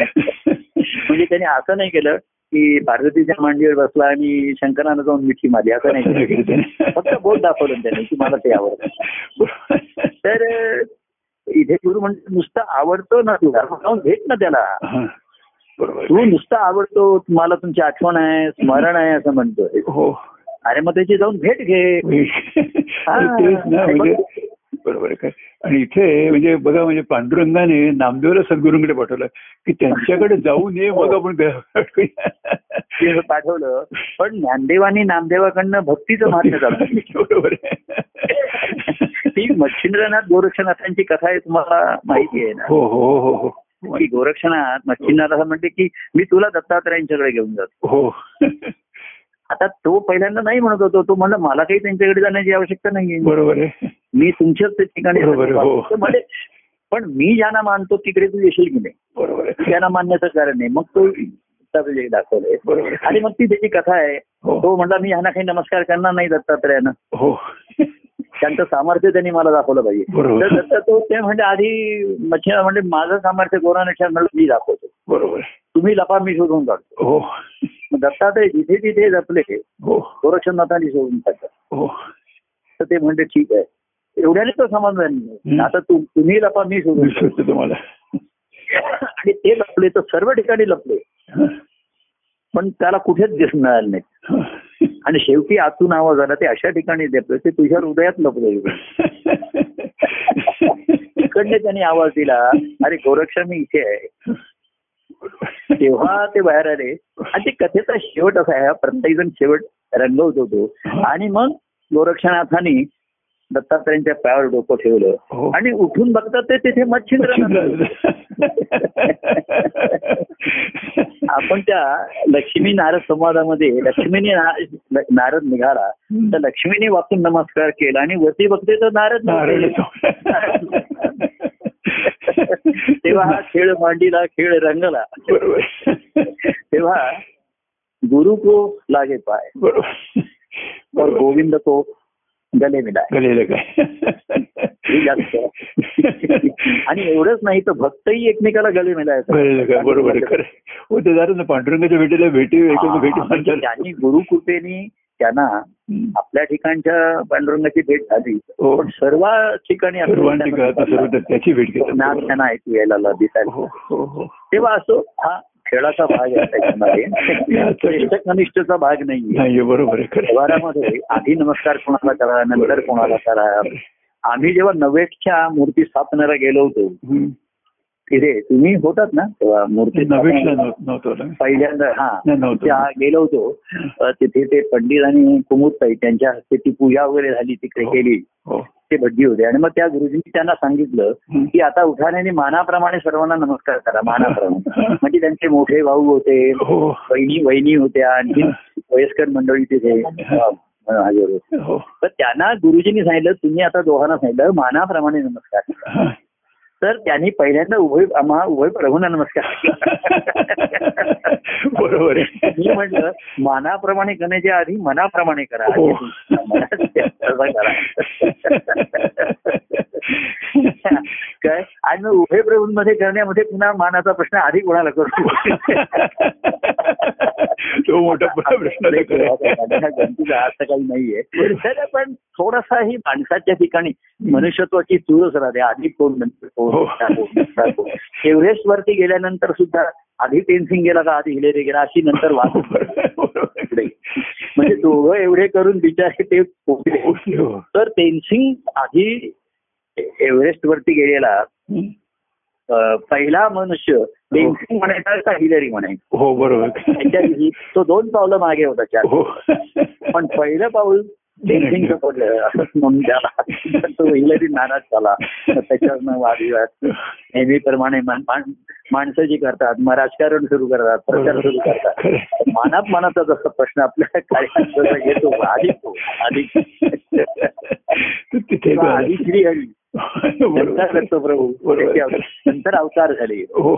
Speaker 1: म्हणजे त्याने असं नाही केलं की पार्वतीच्या मांडीवर बसला आणि शंकरानं जाऊन मिठी मारली असं नाही
Speaker 2: असं नाही
Speaker 1: केलं.
Speaker 2: केलं त्याने.
Speaker 1: म्हणजे फक्त बोट दाखवलं त्याने की मला ते आवडतं
Speaker 2: बरोबर.
Speaker 1: तर अं, इथे गुरु म्हणजे नुसतं आवडतो ना तुला जाऊन भेट ना त्याला
Speaker 2: हा. बरोबर
Speaker 1: तू नुसतं आवडतो तुम्हाला तुमची आठवण आहे स्मरण आहे असं म्हणतोय
Speaker 2: हो
Speaker 1: अरे मग त्याची जाऊन भेट घे
Speaker 2: [laughs]
Speaker 1: हा.
Speaker 2: म्हणजे तेच ना म्हणजे बरोबर आहे काय आणि इथे म्हणजे बघा म्हणजे पांडुरंगाने नामदेवला सद्गुरूंकडे पाठवलं की त्यांच्याकडे जाऊ नये मग
Speaker 1: हो.
Speaker 2: आपण भेटूया.
Speaker 1: ते पाठवलं पण ज्ञानदेवानी नामदेवाकडनं भक्तीचं महात्म्य झालं
Speaker 2: [laughs] बरोबर आहे.
Speaker 1: ती मच्छिंद्रनाथ गोरक्षनाथांची कथा आहे तुम्हाला माहिती आहे ना
Speaker 2: हो हो हो हो
Speaker 1: की गोरक्षणात मच्छिन्नाला असं म्हणते की मी तुला दत्तात्रयांच्याकडे घेऊन जातो
Speaker 2: हो
Speaker 1: आता तो पहिल्यांदा नाही म्हणत होतो तो म्हणलं मला काही त्यांच्याकडे जाण्याची आवश्यकता नाहीये
Speaker 2: बरोबर आहे
Speaker 1: मी तुमच्याच त्या ठिकाणी
Speaker 2: बरोबर, हो.
Speaker 1: तर म्हणे, पण मी ज्यांना मानतो तिकडे तू येशील की नाही
Speaker 2: बरोबर आहे
Speaker 1: त्यांना मानण्याचं कारण नाही मग तो दत्तात्रय दाखवलंय
Speaker 2: बरोबर आहे.
Speaker 1: आणि मग ती त्याची कथा आहे
Speaker 2: हो
Speaker 1: तो म्हणला मी यांना काही नमस्कार करणार नाही दत्तात्रयानं
Speaker 2: हो
Speaker 1: त्यांचं सामर्थ्य त्यांनी मला दाखवलं पाहिजे
Speaker 2: बरोबर. [laughs]
Speaker 1: तर दत्त तो ते म्हणजे आधी मच्छिंद्र म्हणजे माझं सामर्थ्य गोरानेश्वर म्हणलं मी दाखवतो
Speaker 2: बरोबर आहे.
Speaker 1: तुम्ही लपा मी शोधून काढतो
Speaker 2: हो
Speaker 1: मग दत्तात्रय जिथे तिथे जपले
Speaker 2: हो
Speaker 1: गोरक्षनाथांनी शोधून काढतात
Speaker 2: हो
Speaker 1: तर ते म्हणजे ठीक आहे एवढ्याने तो समाधान नाही. आता तु- तुम्ही लपा मी शोधून
Speaker 2: [laughs] मी शोधतो तुम्हाला
Speaker 1: काढतो. आणि ते लपले तर सर्व ठिकाणी लपले पण त्याला कुठेच दिसून मिळालं नाही आणि शेवटी आतून आवाज आला ते अशा ठिकाणी लपले ते तुझ्या हृदयात लपले तिकडले त्यांनी आवाज दिला अरे गोरक्षा मी इथे आहे तेव्हा ते बाहेर आले आणि ते कथेचा शेवट असा आहे प्रत्येक जण शेवट रंगवत होतो आणि मग गोरक्षनाथाने दत्तात्रयांच्या पायावर डोकं ठेवलं
Speaker 2: हो
Speaker 1: आणि उठून बघतात ते तिथे मच्छिंद्र आपण त्या लक्ष्मी नारद संवादामध्ये लक्ष्मीने ना- नारद निघाला तर लक्ष्मीने वाकून नमस्कार केला आणि वरती बघते तर नारद
Speaker 2: नारळ
Speaker 1: नव्हते. [laughs] तेव्हा हा खेळ मांडीला खेळ रंगला
Speaker 2: बरोबर
Speaker 1: तेव्हा गुरु को लागे पाय
Speaker 2: बरोबर
Speaker 1: और
Speaker 2: बरोबर.
Speaker 1: गोविंद को गले मिलाय
Speaker 2: गेलेलं काय
Speaker 1: हे जास्त आणि एवढंच नाही तर भक्तही एकमेकाला गले मिलायचं
Speaker 2: गेलेलं काय बरोबर आहे, खरं आहे. हो ते जरा ना पांडुरंगाच्या भेटीला भेटी एखादं भेटी म्हणतात.
Speaker 1: त्यांनी गुरुकृपेने त्यांना
Speaker 2: हम्म.
Speaker 1: आपल्या ठिकाणच्या पांडुरंगाची भेट झाली
Speaker 2: हो.
Speaker 1: पण सर्व ठिकाणी आपण
Speaker 2: सर्वांची
Speaker 1: त्यांना
Speaker 2: कळत सर्व तर त्याची भेट घेतात.
Speaker 1: नाद त्यांना ऐकू यायला लागला, दिसायला
Speaker 2: हो हो हो
Speaker 1: तेव्हा असो हा खेळाचा भाग आहे
Speaker 2: [laughs]
Speaker 1: त्याच्यामध्ये श्रेष्ठ कनिष्ठचा भाग नाहीये
Speaker 2: नाही बरोबर आहे खरं आहे.
Speaker 1: व्यवहारामध्ये आधी नमस्कार कोणाला करा नंतर कोणाला करा आम्ही जेव्हा नवेटच्या मूर्ती स्थापनेला गेलो होतो
Speaker 2: हम्म.
Speaker 1: तिथे तुम्ही होतात ना तेव्हा मूर्ती
Speaker 2: नवेटला
Speaker 1: स्थापनेला?
Speaker 2: नव्ह- नव्हतं ना?
Speaker 1: पहिल्यांदा हा
Speaker 2: नाही, नव्हतं
Speaker 1: त्या गेलो होतो अ, तिथे ते पंडित आणि कुमुदताई त्यांच्या हस्ते ती पूजा वगैरे झाली तिकडे
Speaker 2: हो.
Speaker 1: केली
Speaker 2: हो
Speaker 1: ते भटजी होते आणि मग त्या गुरुजींनी त्यांना सांगितलं
Speaker 2: हं.
Speaker 1: की आता उठाण्याने मानाप्रमाणे सर्वांना नमस्कार करा मानाप्रमाणे म्हणजे त्यांचे मोठे भाऊ होते
Speaker 2: हो
Speaker 1: वहिनी वहिनी होत्या आणखी वयस्कर मंडळी तिथे अ, हजर होते
Speaker 2: हो
Speaker 1: तर त्यांना गुरुजींनी सांगितलं तुम्ही आता दोघांना सांगितलं मानाप्रमाणे नमस्कार करा.
Speaker 2: हा.
Speaker 1: तर त्यांनी पहिल्यांदा उभय आम्हा उभय प्रभूंना नमस्कार केला.
Speaker 2: बरोबर आहे
Speaker 1: मी म्हटलं मानाप्रमाणे करण्याच्या आधी मनाप्रमाणे करा
Speaker 2: हो.
Speaker 1: तसं करा काय आणि मग उभे प्रभूंमध्ये करण्यामध्ये पुन्हा मानाचा प्रश्न आधी कोणाला करतो
Speaker 2: तो मोठा प्रश्न आहे, खरं आहे.
Speaker 1: गणतीचा अर्थ काही नाहीये तर पण थोडासाही माणसाच्या ठिकाणी मनुष्यत्वाची चूरच राहते आधी कोण नंतर
Speaker 2: हो.
Speaker 1: कोण नंतर कोण, नंतर कोण. एव्हरेस्ट वरती गेल्यानंतर सुद्धा आधी टेन्सिंग गेला का आधी हिलेरी गेला अशी नंतर वाद
Speaker 2: बरोबर आहे, बरोबर आहे.
Speaker 1: इकडे. म्हणजे दोघं एवढे करून बिचारे ते पोहोचले
Speaker 2: हो.
Speaker 1: तर टेन्सिंग आधी एव्हरेस्ट वरती गेलेला
Speaker 2: हम्म.
Speaker 1: अं, पहिला मनुष्य टेन्सिंग म्हणायचा का हिलरी म्हणायचा
Speaker 2: हो बरोबर
Speaker 1: त्याच्या आधी तो दोन पावलं मागे होता चार
Speaker 2: हो
Speaker 1: पण पहिलं पाऊल टेन्सिंगचं पडलं असं म्हणून त्याला तो हिलरी नाराज झाला तर त्याच्यावरनं वादविवाद नेहमीप्रमाणे मान- मान- माणसं जी करतात मग राजकारण सुरू करतात प्रचार सुरू करतात
Speaker 2: खरं आहे.
Speaker 1: मनात मनाचा जसा प्रश्न आपल्या कार्यात जसा येतो अधिक तो, अधिक
Speaker 2: तर तिथे
Speaker 1: तेव्हा आधी श्री हरी नंतर
Speaker 2: बरोबर.
Speaker 1: दत्तप्रभू
Speaker 2: बरोबर.
Speaker 1: त्याचे अवतार- नंतर अवतार झाले
Speaker 2: हो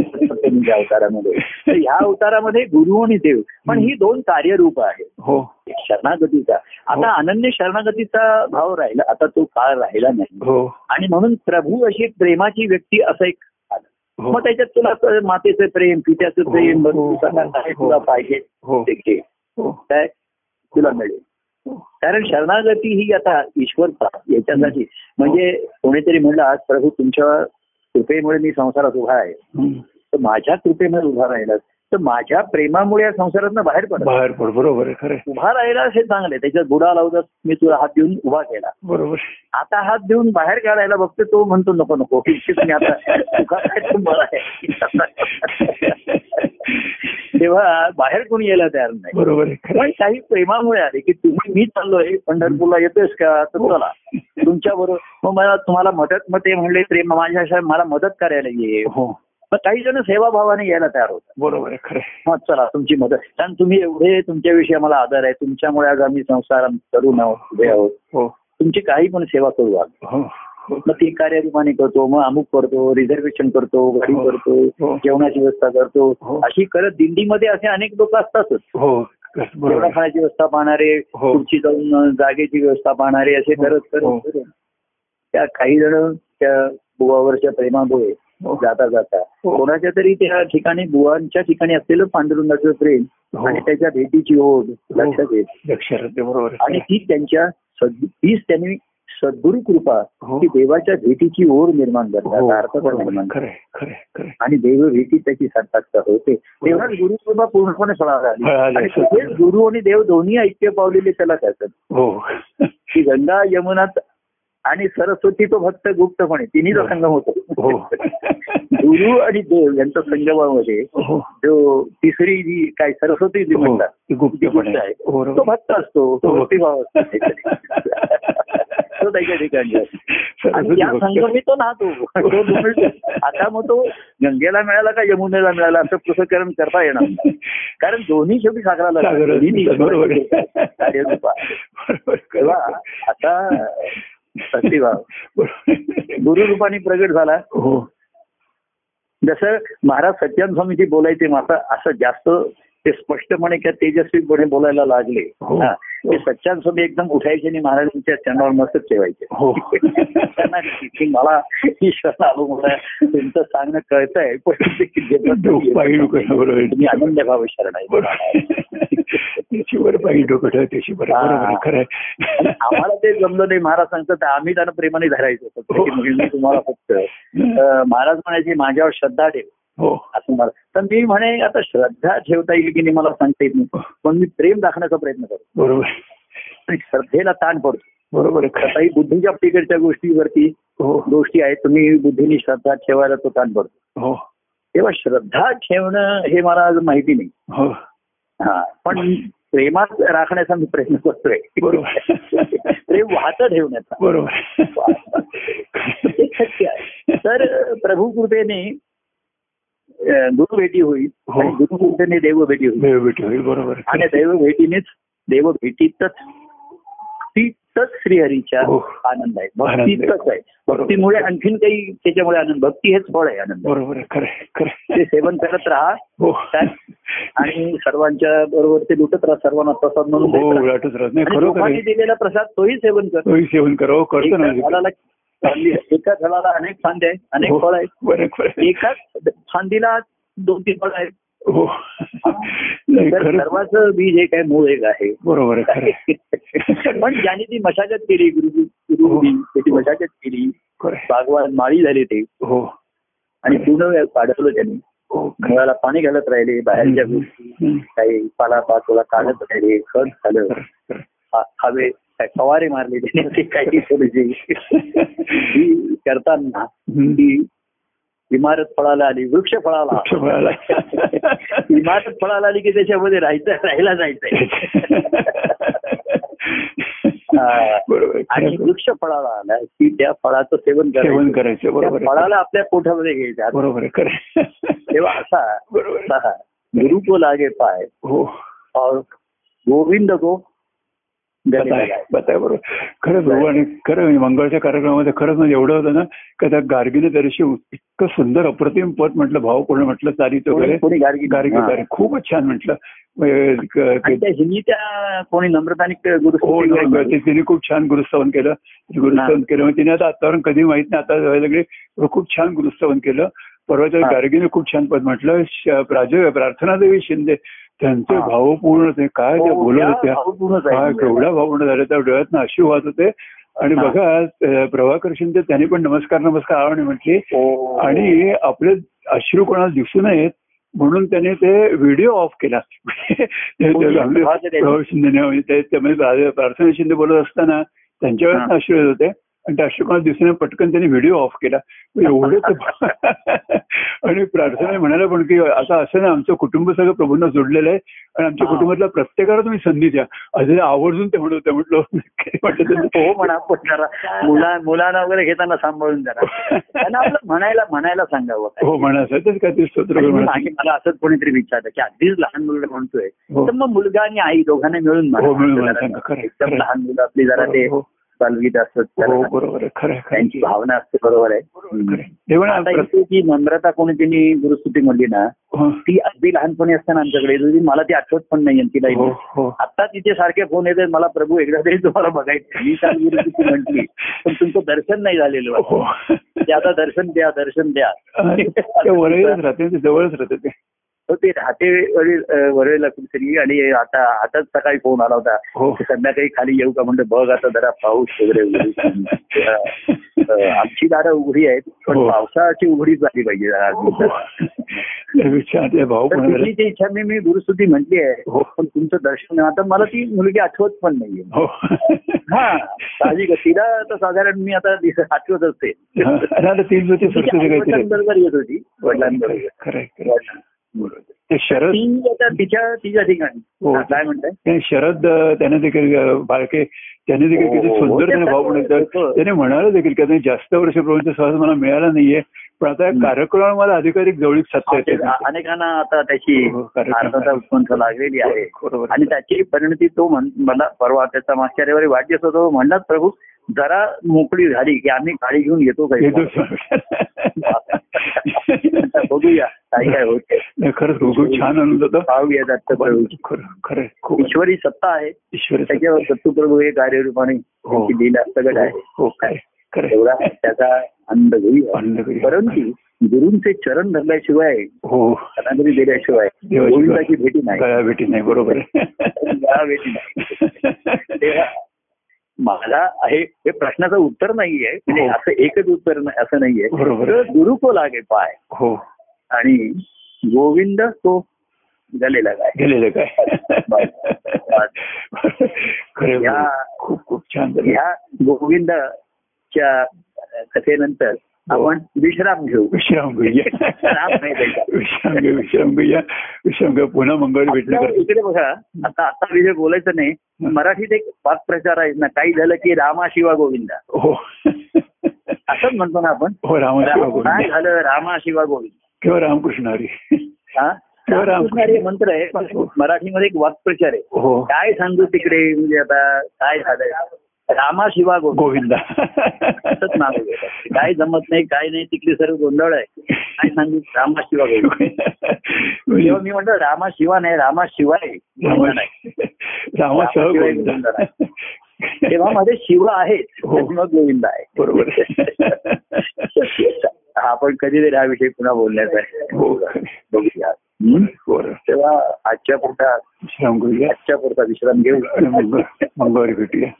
Speaker 1: सप्तमीच्या अवतारामध्ये तर ह्या अवतारामध्ये गुरु आणि देव पण ही दोन कार्यरूप आहे
Speaker 2: हो
Speaker 1: एक शरणागतीचा आता अनन्य शरणागतीचा भाव राहिला आता तो काळ राहिला नाही
Speaker 2: हो
Speaker 1: आणि म्हणून प्रभू अशी एक प्रेमाची व्यक्ती असं एक आलं.
Speaker 2: हो.
Speaker 1: मग त्याच्यात तुला असं मातेचं प्रेम पित्याचं
Speaker 2: हो,
Speaker 1: प्रेम
Speaker 2: हो,
Speaker 1: बंधूचं
Speaker 2: हो,
Speaker 1: काय
Speaker 2: हो.
Speaker 1: तुला पाहिजे
Speaker 2: हो
Speaker 1: ते घे.
Speaker 2: हो
Speaker 1: काय तुला मिळेल कारण शरणागती ही आता ईश्वर प्राप्त याच्यासाठी म्हणजे कोणीतरी म्हणलं आज प्रभू तुमच्या कृपेमुळे मी संसारात उभा आहे
Speaker 2: हम्म.
Speaker 1: तर माझ्या कृपेमुळे उभा राहिला तर माझ्या प्रेमामुळे या संसारातनं बाहेर पडत
Speaker 2: बाहेर पड बरोबर आहे खरं आहे.
Speaker 1: उभा राहिला हे चांगलं आहे त्याच्यात बुडा लावतात मी तुला हात देऊन उभा केला
Speaker 2: बरोबर आहे.
Speaker 1: आता हात देऊन बाहेर काढायला बघतो तो म्हणतो नको नको इच्छित मी आता तुका काय तुम्हाला आहे. [laughs] तेव्हा बाहेर कोणी यायला तयार नाही
Speaker 2: बरोबर आहे खरं
Speaker 1: पण काही प्रेमामुळे आले की तुम्ही मी चाललोय पंढरपूरला येतोयस का तर
Speaker 2: हो.
Speaker 1: चला तुमच्या बरोबर मग मला तुम्हाला मदत मग ते म्हणले प्रेम माझ्या अशा मला मदत करायला ये
Speaker 2: आहे. हो
Speaker 1: मग काही जण सेवाभावाने यायला तयार होतात
Speaker 2: बरोबर आहे खरं आहे.
Speaker 1: मग चला तुमची मदत कारण तुम्ही एवढे तुमच्याविषयी आम्हाला आदर आहे तुमच्यामुळे आज आम्ही संसार तरुण आहोत उभे आहोत
Speaker 2: हो
Speaker 1: तुमची काही पण सेवा करू आम्ही
Speaker 2: हो हो
Speaker 1: मग ती कार्यक्रमाने करतो मग अमुक करतो रिझर्वेशन करतो गाडी
Speaker 2: हो. हो.
Speaker 1: करतो जेवणाची व्यवस्था करतो
Speaker 2: हो.
Speaker 1: अशी करत दिंडीमध्ये असे अनेक लोक असतातच
Speaker 2: हो बरोबर
Speaker 1: जेवणा
Speaker 2: आहे.
Speaker 1: खाण्याची व्यवस्था पाहणारे
Speaker 2: हो.
Speaker 1: खुर्ची जाऊन अ, जागेची व्यवस्था पाहणारे असे
Speaker 2: हो.
Speaker 1: करत
Speaker 2: हो.
Speaker 1: करत करत त्या काही जण त्या बुवावरच्या प्रेमामुळे
Speaker 2: हो.
Speaker 1: जाता जाता
Speaker 2: हो.
Speaker 1: कोणाच्या तरी त्या ठिकाणी बुवांच्या ठिकाणी असलेलं पांडुरंगाचं प्रेम
Speaker 2: हो.
Speaker 1: आणि त्याच्या भेटीची ओढ
Speaker 2: हो.
Speaker 1: लक्षात येत
Speaker 2: लक्षात येते, बरोबर आहे.
Speaker 1: आणि ती त्यांच्या सद्गु- तीच त्यांनी सद्गुरु कृपा
Speaker 2: हो.
Speaker 1: ती देवाच्या भेटीची ओढ निर्माण
Speaker 2: हो,
Speaker 1: करतात अर्थता
Speaker 2: बरोबर आहे.
Speaker 1: निर्माण करतात.
Speaker 2: खरं आहे, खरं आहे, खरं आहे.
Speaker 1: आणि देव भेटी त्याची सार्थकता होते
Speaker 2: हो.
Speaker 1: तेव्हाच गुरुकृपा पूर्णपणे फळाला आली
Speaker 2: फळाला
Speaker 1: आणि
Speaker 2: आली.
Speaker 1: तसेच गुरु आणि देव दोन्ही ऐक्य पावलेले त्याला करतात
Speaker 2: हो
Speaker 1: की गंगा यमुनात आणि सरस्वती तो भक्त गुप्तपणे तिन्हीचा
Speaker 2: हो.
Speaker 1: संगम होतो [laughs]
Speaker 2: हो
Speaker 1: गुरु आणि देव यांच्या संगमामध्ये
Speaker 2: हो
Speaker 1: जो तिसरी जी काय सरस्वती जी
Speaker 2: हो
Speaker 1: म्हणतात
Speaker 2: ते गुप्तपण
Speaker 1: जी
Speaker 2: आहे.
Speaker 1: गुप्त
Speaker 2: हो,
Speaker 1: तो
Speaker 2: बरोबर.
Speaker 1: भक्त असतो तो
Speaker 2: हो.
Speaker 1: भक्तिभाव असतो
Speaker 2: [laughs]
Speaker 1: त्याच्याकडे. तो त्याच्या ठिकाणी असतो. आणि
Speaker 2: सरस्वती
Speaker 1: त्या
Speaker 2: भक्त.
Speaker 1: संगमी तो नाहतो तो दुर्मिळ. आता मग तो गंगेला मिळाला का यमुनेला मिळाला असं प्रसकरण करता येणार नाही. कारण दोन्ही शेवटी सागराला
Speaker 2: सागर
Speaker 1: लागतात. दोन्ही
Speaker 2: बरोबर आहे.
Speaker 1: कार्यरूपा.
Speaker 2: बरोबर, खरं
Speaker 1: तेव्हा
Speaker 2: आहे.
Speaker 1: आता भक्तिभाव
Speaker 2: बरोबर.
Speaker 1: गुरुरूपाने प्रगट झाला
Speaker 2: हो
Speaker 1: जसं महाराज सत्यान स्वामीजी बोलायचे मात्र असं जास्त ते स्पष्टपणे किंवा तेजस्वीपणे बोलायला लागले
Speaker 2: हो.
Speaker 1: हा. ते सच्चान स्वामी एकदम उठायचे आणि महाराजांच्या चरणावर मस्तक ठेवायचे
Speaker 2: हो.
Speaker 1: त्यांना की मला ईश्वर आलो मला तुमचं सांगणं कळतंय पण ते जगत
Speaker 2: डोक- पायी डोकं बरोबर आहे.
Speaker 1: तुम्ही आनंद भाव शरण आहे
Speaker 2: बरोबर शिवर पाहिजे डोकं ठेवते शिवर
Speaker 1: हा.
Speaker 2: बरोबर आहे, खरं
Speaker 1: आणि
Speaker 2: आहे.
Speaker 1: आम्हाला ते जमलं नाही महाराज सांगतात आम्ही त्यांना प्रेमाने धरायचो फक्त
Speaker 2: हो.
Speaker 1: की मुलींनी तुम्हाला फक्त अं, महाराज म्हणायचे माझ्यावर श्रद्धा ठेव
Speaker 2: हो
Speaker 1: असं मला तर मी म्हणे आता श्रद्धा ठेवता येईल की नाही मला सांगता येत नाही पण मी प्रेम दाखवण्याचा प्रयत्न करतो
Speaker 2: बरोबर
Speaker 1: आणि श्रद्धेला ताण पडतो
Speaker 2: बरोबर आहे, खरं आहे.
Speaker 1: काही बुद्धीच्या पलीकडच्या गोष्टीवरती
Speaker 2: हो
Speaker 1: गोष्टी आहेत तुम्ही बुद्धीने श्रद्धा ठेवायला तो ताण पडतो
Speaker 2: हो
Speaker 1: तेव्हा श्रद्धा ठेवणं हे मला आज माहिती नाही
Speaker 2: हो
Speaker 1: हा पण प्रेमात राखण्याचा मी प्रयत्न करतोय
Speaker 2: बरोबर
Speaker 1: प्रेम वाहतं ठेवण्याचा
Speaker 2: बरोबर
Speaker 1: ते शक्य आहे तर प्रभू कृपेने अं, गुरु भेटी होईल
Speaker 2: हो.
Speaker 1: आणि गुरु कृपेने देव भेटी होईल
Speaker 2: भेट होईल बरोबर आहे.
Speaker 1: आणि दैव भेटीनेच देव भेटीतच तीतच श्रीहरीच्या
Speaker 2: हो.
Speaker 1: आनंद आहे
Speaker 2: आनंद आहे.
Speaker 1: भक्तीतच आहे
Speaker 2: बरोबर.
Speaker 1: भक्तीमुळे आणखीन काही त्याच्यामुळे आनंद भक्ती हेच फळ आहे आनंद
Speaker 2: बरोबर आहे, खरं आहे, खरं
Speaker 1: ते
Speaker 2: आहे.
Speaker 1: सेवन करत राहा
Speaker 2: हो
Speaker 1: काय? आणि सर्वांच्या बरोबर ते लुटत राहा सर्वांना प्रसाद म्हणून
Speaker 2: हो
Speaker 1: देत राहा.
Speaker 2: उलटच राहत नाही
Speaker 1: आणि
Speaker 2: खरोखर
Speaker 1: लोकांनी
Speaker 2: आहे.
Speaker 1: दिलेला प्रसाद तोही सेवन कर
Speaker 2: तोही सेवन करावं करतो
Speaker 1: एका
Speaker 2: ना
Speaker 1: झाडाला एका झाडाला अनेक फांदे आहेत
Speaker 2: हो,
Speaker 1: अनेक फळ आहेत
Speaker 2: बरं, खरं आहे.
Speaker 1: एकाच फांदीला दोन तीन फळ आहेत
Speaker 2: हो नाही,
Speaker 1: तर
Speaker 2: खरं
Speaker 1: सर्वांचं बीज एक आहे मूळ एक आहे
Speaker 2: बरोबर आहे खरं आहे.
Speaker 1: [laughs] पण ज्याने ती मशागत केली गुरु
Speaker 2: हो.
Speaker 1: गुरुनी त्याची मशागत केली
Speaker 2: खरं आहे.
Speaker 1: बागवान माळी झाले ते
Speaker 2: हो
Speaker 1: आणि पूर्ण वेळ पाडवलं त्यांनी
Speaker 2: हो खरं
Speaker 1: घराला पाणी घालत राहिले बाहेरच्या गोष्टी
Speaker 2: हम्म.
Speaker 1: काही पाला पाचोला काढत राहिले खत झालं
Speaker 2: खरं, खरं.
Speaker 1: हा- हवे काय फवारे मारले त्याने ते काही थोडेसे ही करताना
Speaker 2: हम्म.
Speaker 1: ती इमारत फळाला आली वृक्ष फळाला
Speaker 2: [laughs]
Speaker 1: [laughs]
Speaker 2: लक्ष मिळालं.
Speaker 1: इमारत फळाला आली की त्याच्यामध्ये राहायचं राहायला [laughs] जायचंय हा.
Speaker 2: बरोबर आहे, खरं
Speaker 1: आणि
Speaker 2: आहे.
Speaker 1: वृक्ष फळाला आला की त्या फळाचं सेवन
Speaker 2: सेवन
Speaker 1: करायचं
Speaker 2: करायचं
Speaker 1: त्या
Speaker 2: बरोबर आहे.
Speaker 1: फळाला आपल्या पोटामध्ये घ्यायचं आता
Speaker 2: बरोबर आहे, खरं आहे.
Speaker 1: तेव्हा असा
Speaker 2: बरोबर आहे.
Speaker 1: असा गुरु को लागे पाय
Speaker 2: हो
Speaker 1: और गोविंद को गले
Speaker 2: बताय
Speaker 1: लगाए.
Speaker 2: बताय बरोबर खरंच भाऊ आणि खरं म्हणजे मंगळच्या कार्यक्रमामध्ये खरंच म्हणजे एवढं होतं ना का त्या गार्गीने दर्शी इतकं सुंदर अप्रतिम पद म्हटलं भाव कोण म्हटलं चालित
Speaker 1: कोणी
Speaker 2: वगैरे
Speaker 1: कोणी गाडगी
Speaker 2: गार्गी गार्गी. खूपच छान म्हटलं अं, क-
Speaker 1: आणि त्या हिंदी त्या कोणी नम्रताने गुरु
Speaker 2: हो नाही, ग- ते- तिने खूप छान गुरुस्तवन केलं गुरुस्तवन केलं म्हणजे तिने आता आतावरून कधी माहित नाही आता जायला लागली पण खूप छान गुरुस्तवन केलं परवाच्या
Speaker 1: हा.
Speaker 2: गार्गीने खूप छान पद म्हटलं श- प्राज प्रार्थनादेवी शिंदे त्यांचे
Speaker 1: हा.
Speaker 2: भावपूर्ण ते काय
Speaker 1: हो,
Speaker 2: ते बोलत होत्या काय केवढा भावपूर्ण झाले त्या डोळ्यातनं अशी वाहत होते आणि
Speaker 1: हा.
Speaker 2: बघा अं, प्रभाकर शिंदे त्यांनी पण नमस्कार नमस्कार आवडणे म्हटली
Speaker 1: हो,
Speaker 2: आणि आपले अश्रू कोणाला दिसू नयेत म्हणून त्याने ते व्हिडिओ ऑफ केला [laughs] ते-
Speaker 1: हो,
Speaker 2: ते- आपले
Speaker 1: प्रभाकर यांनी.
Speaker 2: प्रभाकर शिंदेने म्हणजे ते- त्यामुळे प्रा- प्रार्थना शिंदे बोलत असताना त्यांच्यावर
Speaker 1: हा.
Speaker 2: अश्रू येत होते आणि राष्ट्रकुणाला दिसणं पटकन त्यांनी व्हिडिओ ऑफ केला एवढं तर- [laughs] आणि प्रार्थना म्हणायला पण की आता असं ना आमचं कुटुंब सगळं प्रभूंना जोडलेलं आहे आणि आमच्या
Speaker 1: हा.
Speaker 2: कुटुंबातल्या प्रत्येकाला तुम्ही संधी द्या अजून आवर्जून ते म्हणत होते म्हटलं काय वाटत नाही.
Speaker 1: हो म्हणा पण जरा मुला मुलांना वगैरे घेताना सांभाळून जरा त्यांना आपलं म्हणायला म्हणायला सांगावं काय.
Speaker 2: [laughs] हो म्हणा सर तेच काय ते स्तोत्र
Speaker 1: आणि
Speaker 2: म्हणा.
Speaker 1: मागे मला असंच कोणीतरी विचारलं की अगदीच लहान मुलगा म्हणतोय
Speaker 2: हो.
Speaker 1: तर मग मुलगा आणि आई दोघांना मिळून
Speaker 2: हो, मिळून
Speaker 1: म्हणा
Speaker 2: म्हणा, सांगा. खरं आहे,
Speaker 1: एकदम
Speaker 2: खरं आहे.
Speaker 1: लहान मुलं आपली जरा ते
Speaker 2: हो,
Speaker 1: बालगीत असतात
Speaker 2: हो
Speaker 1: त्याला
Speaker 2: बरोबर आहे खरं आहे, खरं आहे.
Speaker 1: त्यांची भावना असते बरोबर आहे
Speaker 2: खरं आहे. देवा ना,
Speaker 1: आता
Speaker 2: प्रत-
Speaker 1: इथे जी नम्रता कोणी तिने गुरुस्तुती म्हणली ना
Speaker 2: हो,
Speaker 1: ती अगदी लहानपणी असताना आमच्याकडे येत होती. मला ती आठवत पण नाही आणि तिला
Speaker 2: हो,
Speaker 1: येते.
Speaker 2: हो.
Speaker 1: आता तिचे सारखे फोन येतात मला प्रभू एकदा तरी तुम्हाला बघायचं मी काल गुरुस्तुती म्हटली पण तुमचं दर्शन नाही झालेलं वाटतं.
Speaker 2: हो.
Speaker 1: ते आता दर्शन द्या दर्शन द्या
Speaker 2: अरे, ते वरळीलाच राहते ते जवळच राहते ते
Speaker 1: तर ते राहते वरील अ, वरळीला कुठेतरी आणि आता आताच सकाळी फोन आला होता
Speaker 2: हो
Speaker 1: ते संध्याकाळी खाली येऊ का म्हणलं बघ आता जरा पाऊस वगैरे उघडी अ, अ, आमची दारं उघडी आहेत पण
Speaker 2: हो.
Speaker 1: पावसाची उघडीच झाली पाहिजे जरा दिवसात.
Speaker 2: विचार ते भाऊ
Speaker 1: तर
Speaker 2: पण
Speaker 1: तुझी जी इच्छा मी मी गुरुस्तुती म्हटली आहे
Speaker 2: हो.
Speaker 1: पण तुमचं दर्शन आता मला ती मुलगी आठवत पण नाहीये
Speaker 2: हो
Speaker 1: हा साहजिक आहे. तिला तर साधारण मी आता दिस- आठवत असते
Speaker 2: हा, अरे आता तीन होते
Speaker 1: तिच्या
Speaker 2: सरस्वती काहीतरी
Speaker 1: आईवडिलांबरोबर येत होती वडिलांबरोबर
Speaker 2: खरं आहे, खरं आहे. ते शरद
Speaker 1: ती आता तिच्या तिच्या ठिकाणी
Speaker 2: हो.
Speaker 1: हा, काय म्हणताय
Speaker 2: त्याने शरद अं, त्याने देखील अं, बाळके त्याने देखील
Speaker 1: हो,
Speaker 2: किती
Speaker 1: हो,
Speaker 2: सुंदर
Speaker 1: ते
Speaker 2: त्याने भाऊ
Speaker 1: तर-
Speaker 2: म्हणतात
Speaker 1: हो.
Speaker 2: त्याने म्हणाला देखील की आता जास्त वर्ष प्रवचन सहज मला मिळाला नाहीये पण आता या
Speaker 1: हम्म.
Speaker 2: कार्यक्रमाला मला अधिकाधिक जवळीक सत्ता येते
Speaker 1: आमच्या- अनेकांना आता त्याची
Speaker 2: हो, कार्यक्रम
Speaker 1: अर्थाचा उत्पन्न लागलेली
Speaker 2: हो.
Speaker 1: आहे
Speaker 2: बरोबर.
Speaker 1: आणि त्याची परिणती तो म्हण- मला परवा त्याचा मागच्या रविवारी वाढदिवस होता तो म्हणलाच प्रभू जरा मोकळी झाली की आम्ही गाडी घेऊन येतो काही
Speaker 2: येतो
Speaker 1: आता बघूया काय काय
Speaker 2: [laughs]
Speaker 1: होते
Speaker 2: नाही, खरंच खूप खूप छान आनंद होता
Speaker 1: पाहूया जास्त प्रभूची
Speaker 2: खरं खरं आहे. खूप
Speaker 1: ईश्वरी सत्ता आहे
Speaker 2: ईश्वर
Speaker 1: त्याच्यावर सत्तूप्रभू हे कार्यरूपाने
Speaker 2: हो.
Speaker 1: त्यांची लीला सगळं आहे
Speaker 2: हो काय खरं
Speaker 1: तेवढा
Speaker 2: आहे.
Speaker 1: त्याचा आनंद घेऊया
Speaker 2: आनंद करूया.
Speaker 1: परंतु गुरुंचे चरण धरल्याशिवाय
Speaker 2: हो
Speaker 1: कथांजली दिल्याशिवाय
Speaker 2: देवाची
Speaker 1: गोविंदाची भेटी नाही
Speaker 2: गळा भेटी नाही बरोबर आहे.
Speaker 1: गळा भेटी
Speaker 2: [laughs]
Speaker 1: नाही. तेव्हा मला हे हे प्रश्नाचं उत्तर नाहीये म्हणजे
Speaker 2: हो.
Speaker 1: असं एकच उत्तर नाही असं नाहीये
Speaker 2: बरोबर आहे.
Speaker 1: तर गुरु को लागे पाय
Speaker 2: हो
Speaker 1: आणि गोविंद तो गलेला गाय
Speaker 2: गेलेलं काय
Speaker 1: बस.
Speaker 2: खरं
Speaker 1: या-
Speaker 2: बरोबर. खूप खूप छान झालं.
Speaker 1: ह्या गोविंदाच्या कथेनंतर
Speaker 2: हो.
Speaker 1: आपण विश्राम घेऊ
Speaker 2: विश्राम
Speaker 1: [laughs]
Speaker 2: घेऊया
Speaker 1: राम नाही द्यायचा.
Speaker 2: विश्राम घेऊ विश्राम घेऊया विश्राम घेऊ पुन्हा मंगळ भेटणं
Speaker 1: आपल्या
Speaker 2: करतो
Speaker 1: इकडे बघा आता आता विषय बोलायचं नाही मराठीत एक पाच प्रचार आहेत ना काही झालं की रामा शिवा गोविंदा
Speaker 2: हो
Speaker 1: असंच म्हणतो ना आपण
Speaker 2: हो रामाशिवा
Speaker 1: राम- काय
Speaker 2: गोविंद
Speaker 1: झालं रामा शिवा गोविंद
Speaker 2: किंवा रामकृष्ण हरी
Speaker 1: हा
Speaker 2: किंवा राम-
Speaker 1: रामकृष्ण हे मंत्र आहे पण मराठीमध्ये एक वाक्प्रचार आहे
Speaker 2: हो
Speaker 1: काय सांगू तिकडे म्हणजे आता काय झालंय रामा शिवा गोविंद
Speaker 2: गोविंदा
Speaker 1: असंच नाव आहे. काय जमत नाही काय नाही तिकडे सर्व गोंधळ आहे काय सांगू रामा शिवा गोविंद
Speaker 2: म्हणजे
Speaker 1: जेव्हा मी म्हणतो रामा शिवा नाही रामा शिवाय गोविंद नाही.
Speaker 2: रामासह
Speaker 1: रामाशिवाय
Speaker 2: गोविंद
Speaker 1: गोविंद
Speaker 2: [laughs]
Speaker 1: तेव्हा मध्ये शिव आहेत
Speaker 2: हो.
Speaker 1: तर मग गोविंद आहे [laughs]
Speaker 2: बरोबर
Speaker 1: हा, [laughs] आपण कधीतरी हा विषय पुन्हा बोलण्याचा आहे
Speaker 2: हो
Speaker 1: बघूया हं?
Speaker 2: बरं.
Speaker 1: तेव्हा आजच्या पुरता
Speaker 2: विश्राम घेऊया
Speaker 1: आजच्या पुरता विश्राम घेऊ
Speaker 2: आणि मंगळ- मंगळवारी भेटूया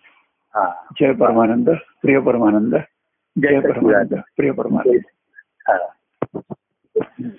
Speaker 1: हा
Speaker 2: जय परमानंद प्रिय परमानंद
Speaker 1: जय
Speaker 2: जय परमानंद
Speaker 1: सच्चिदानंद.
Speaker 2: प्रिय परमानंद
Speaker 1: हा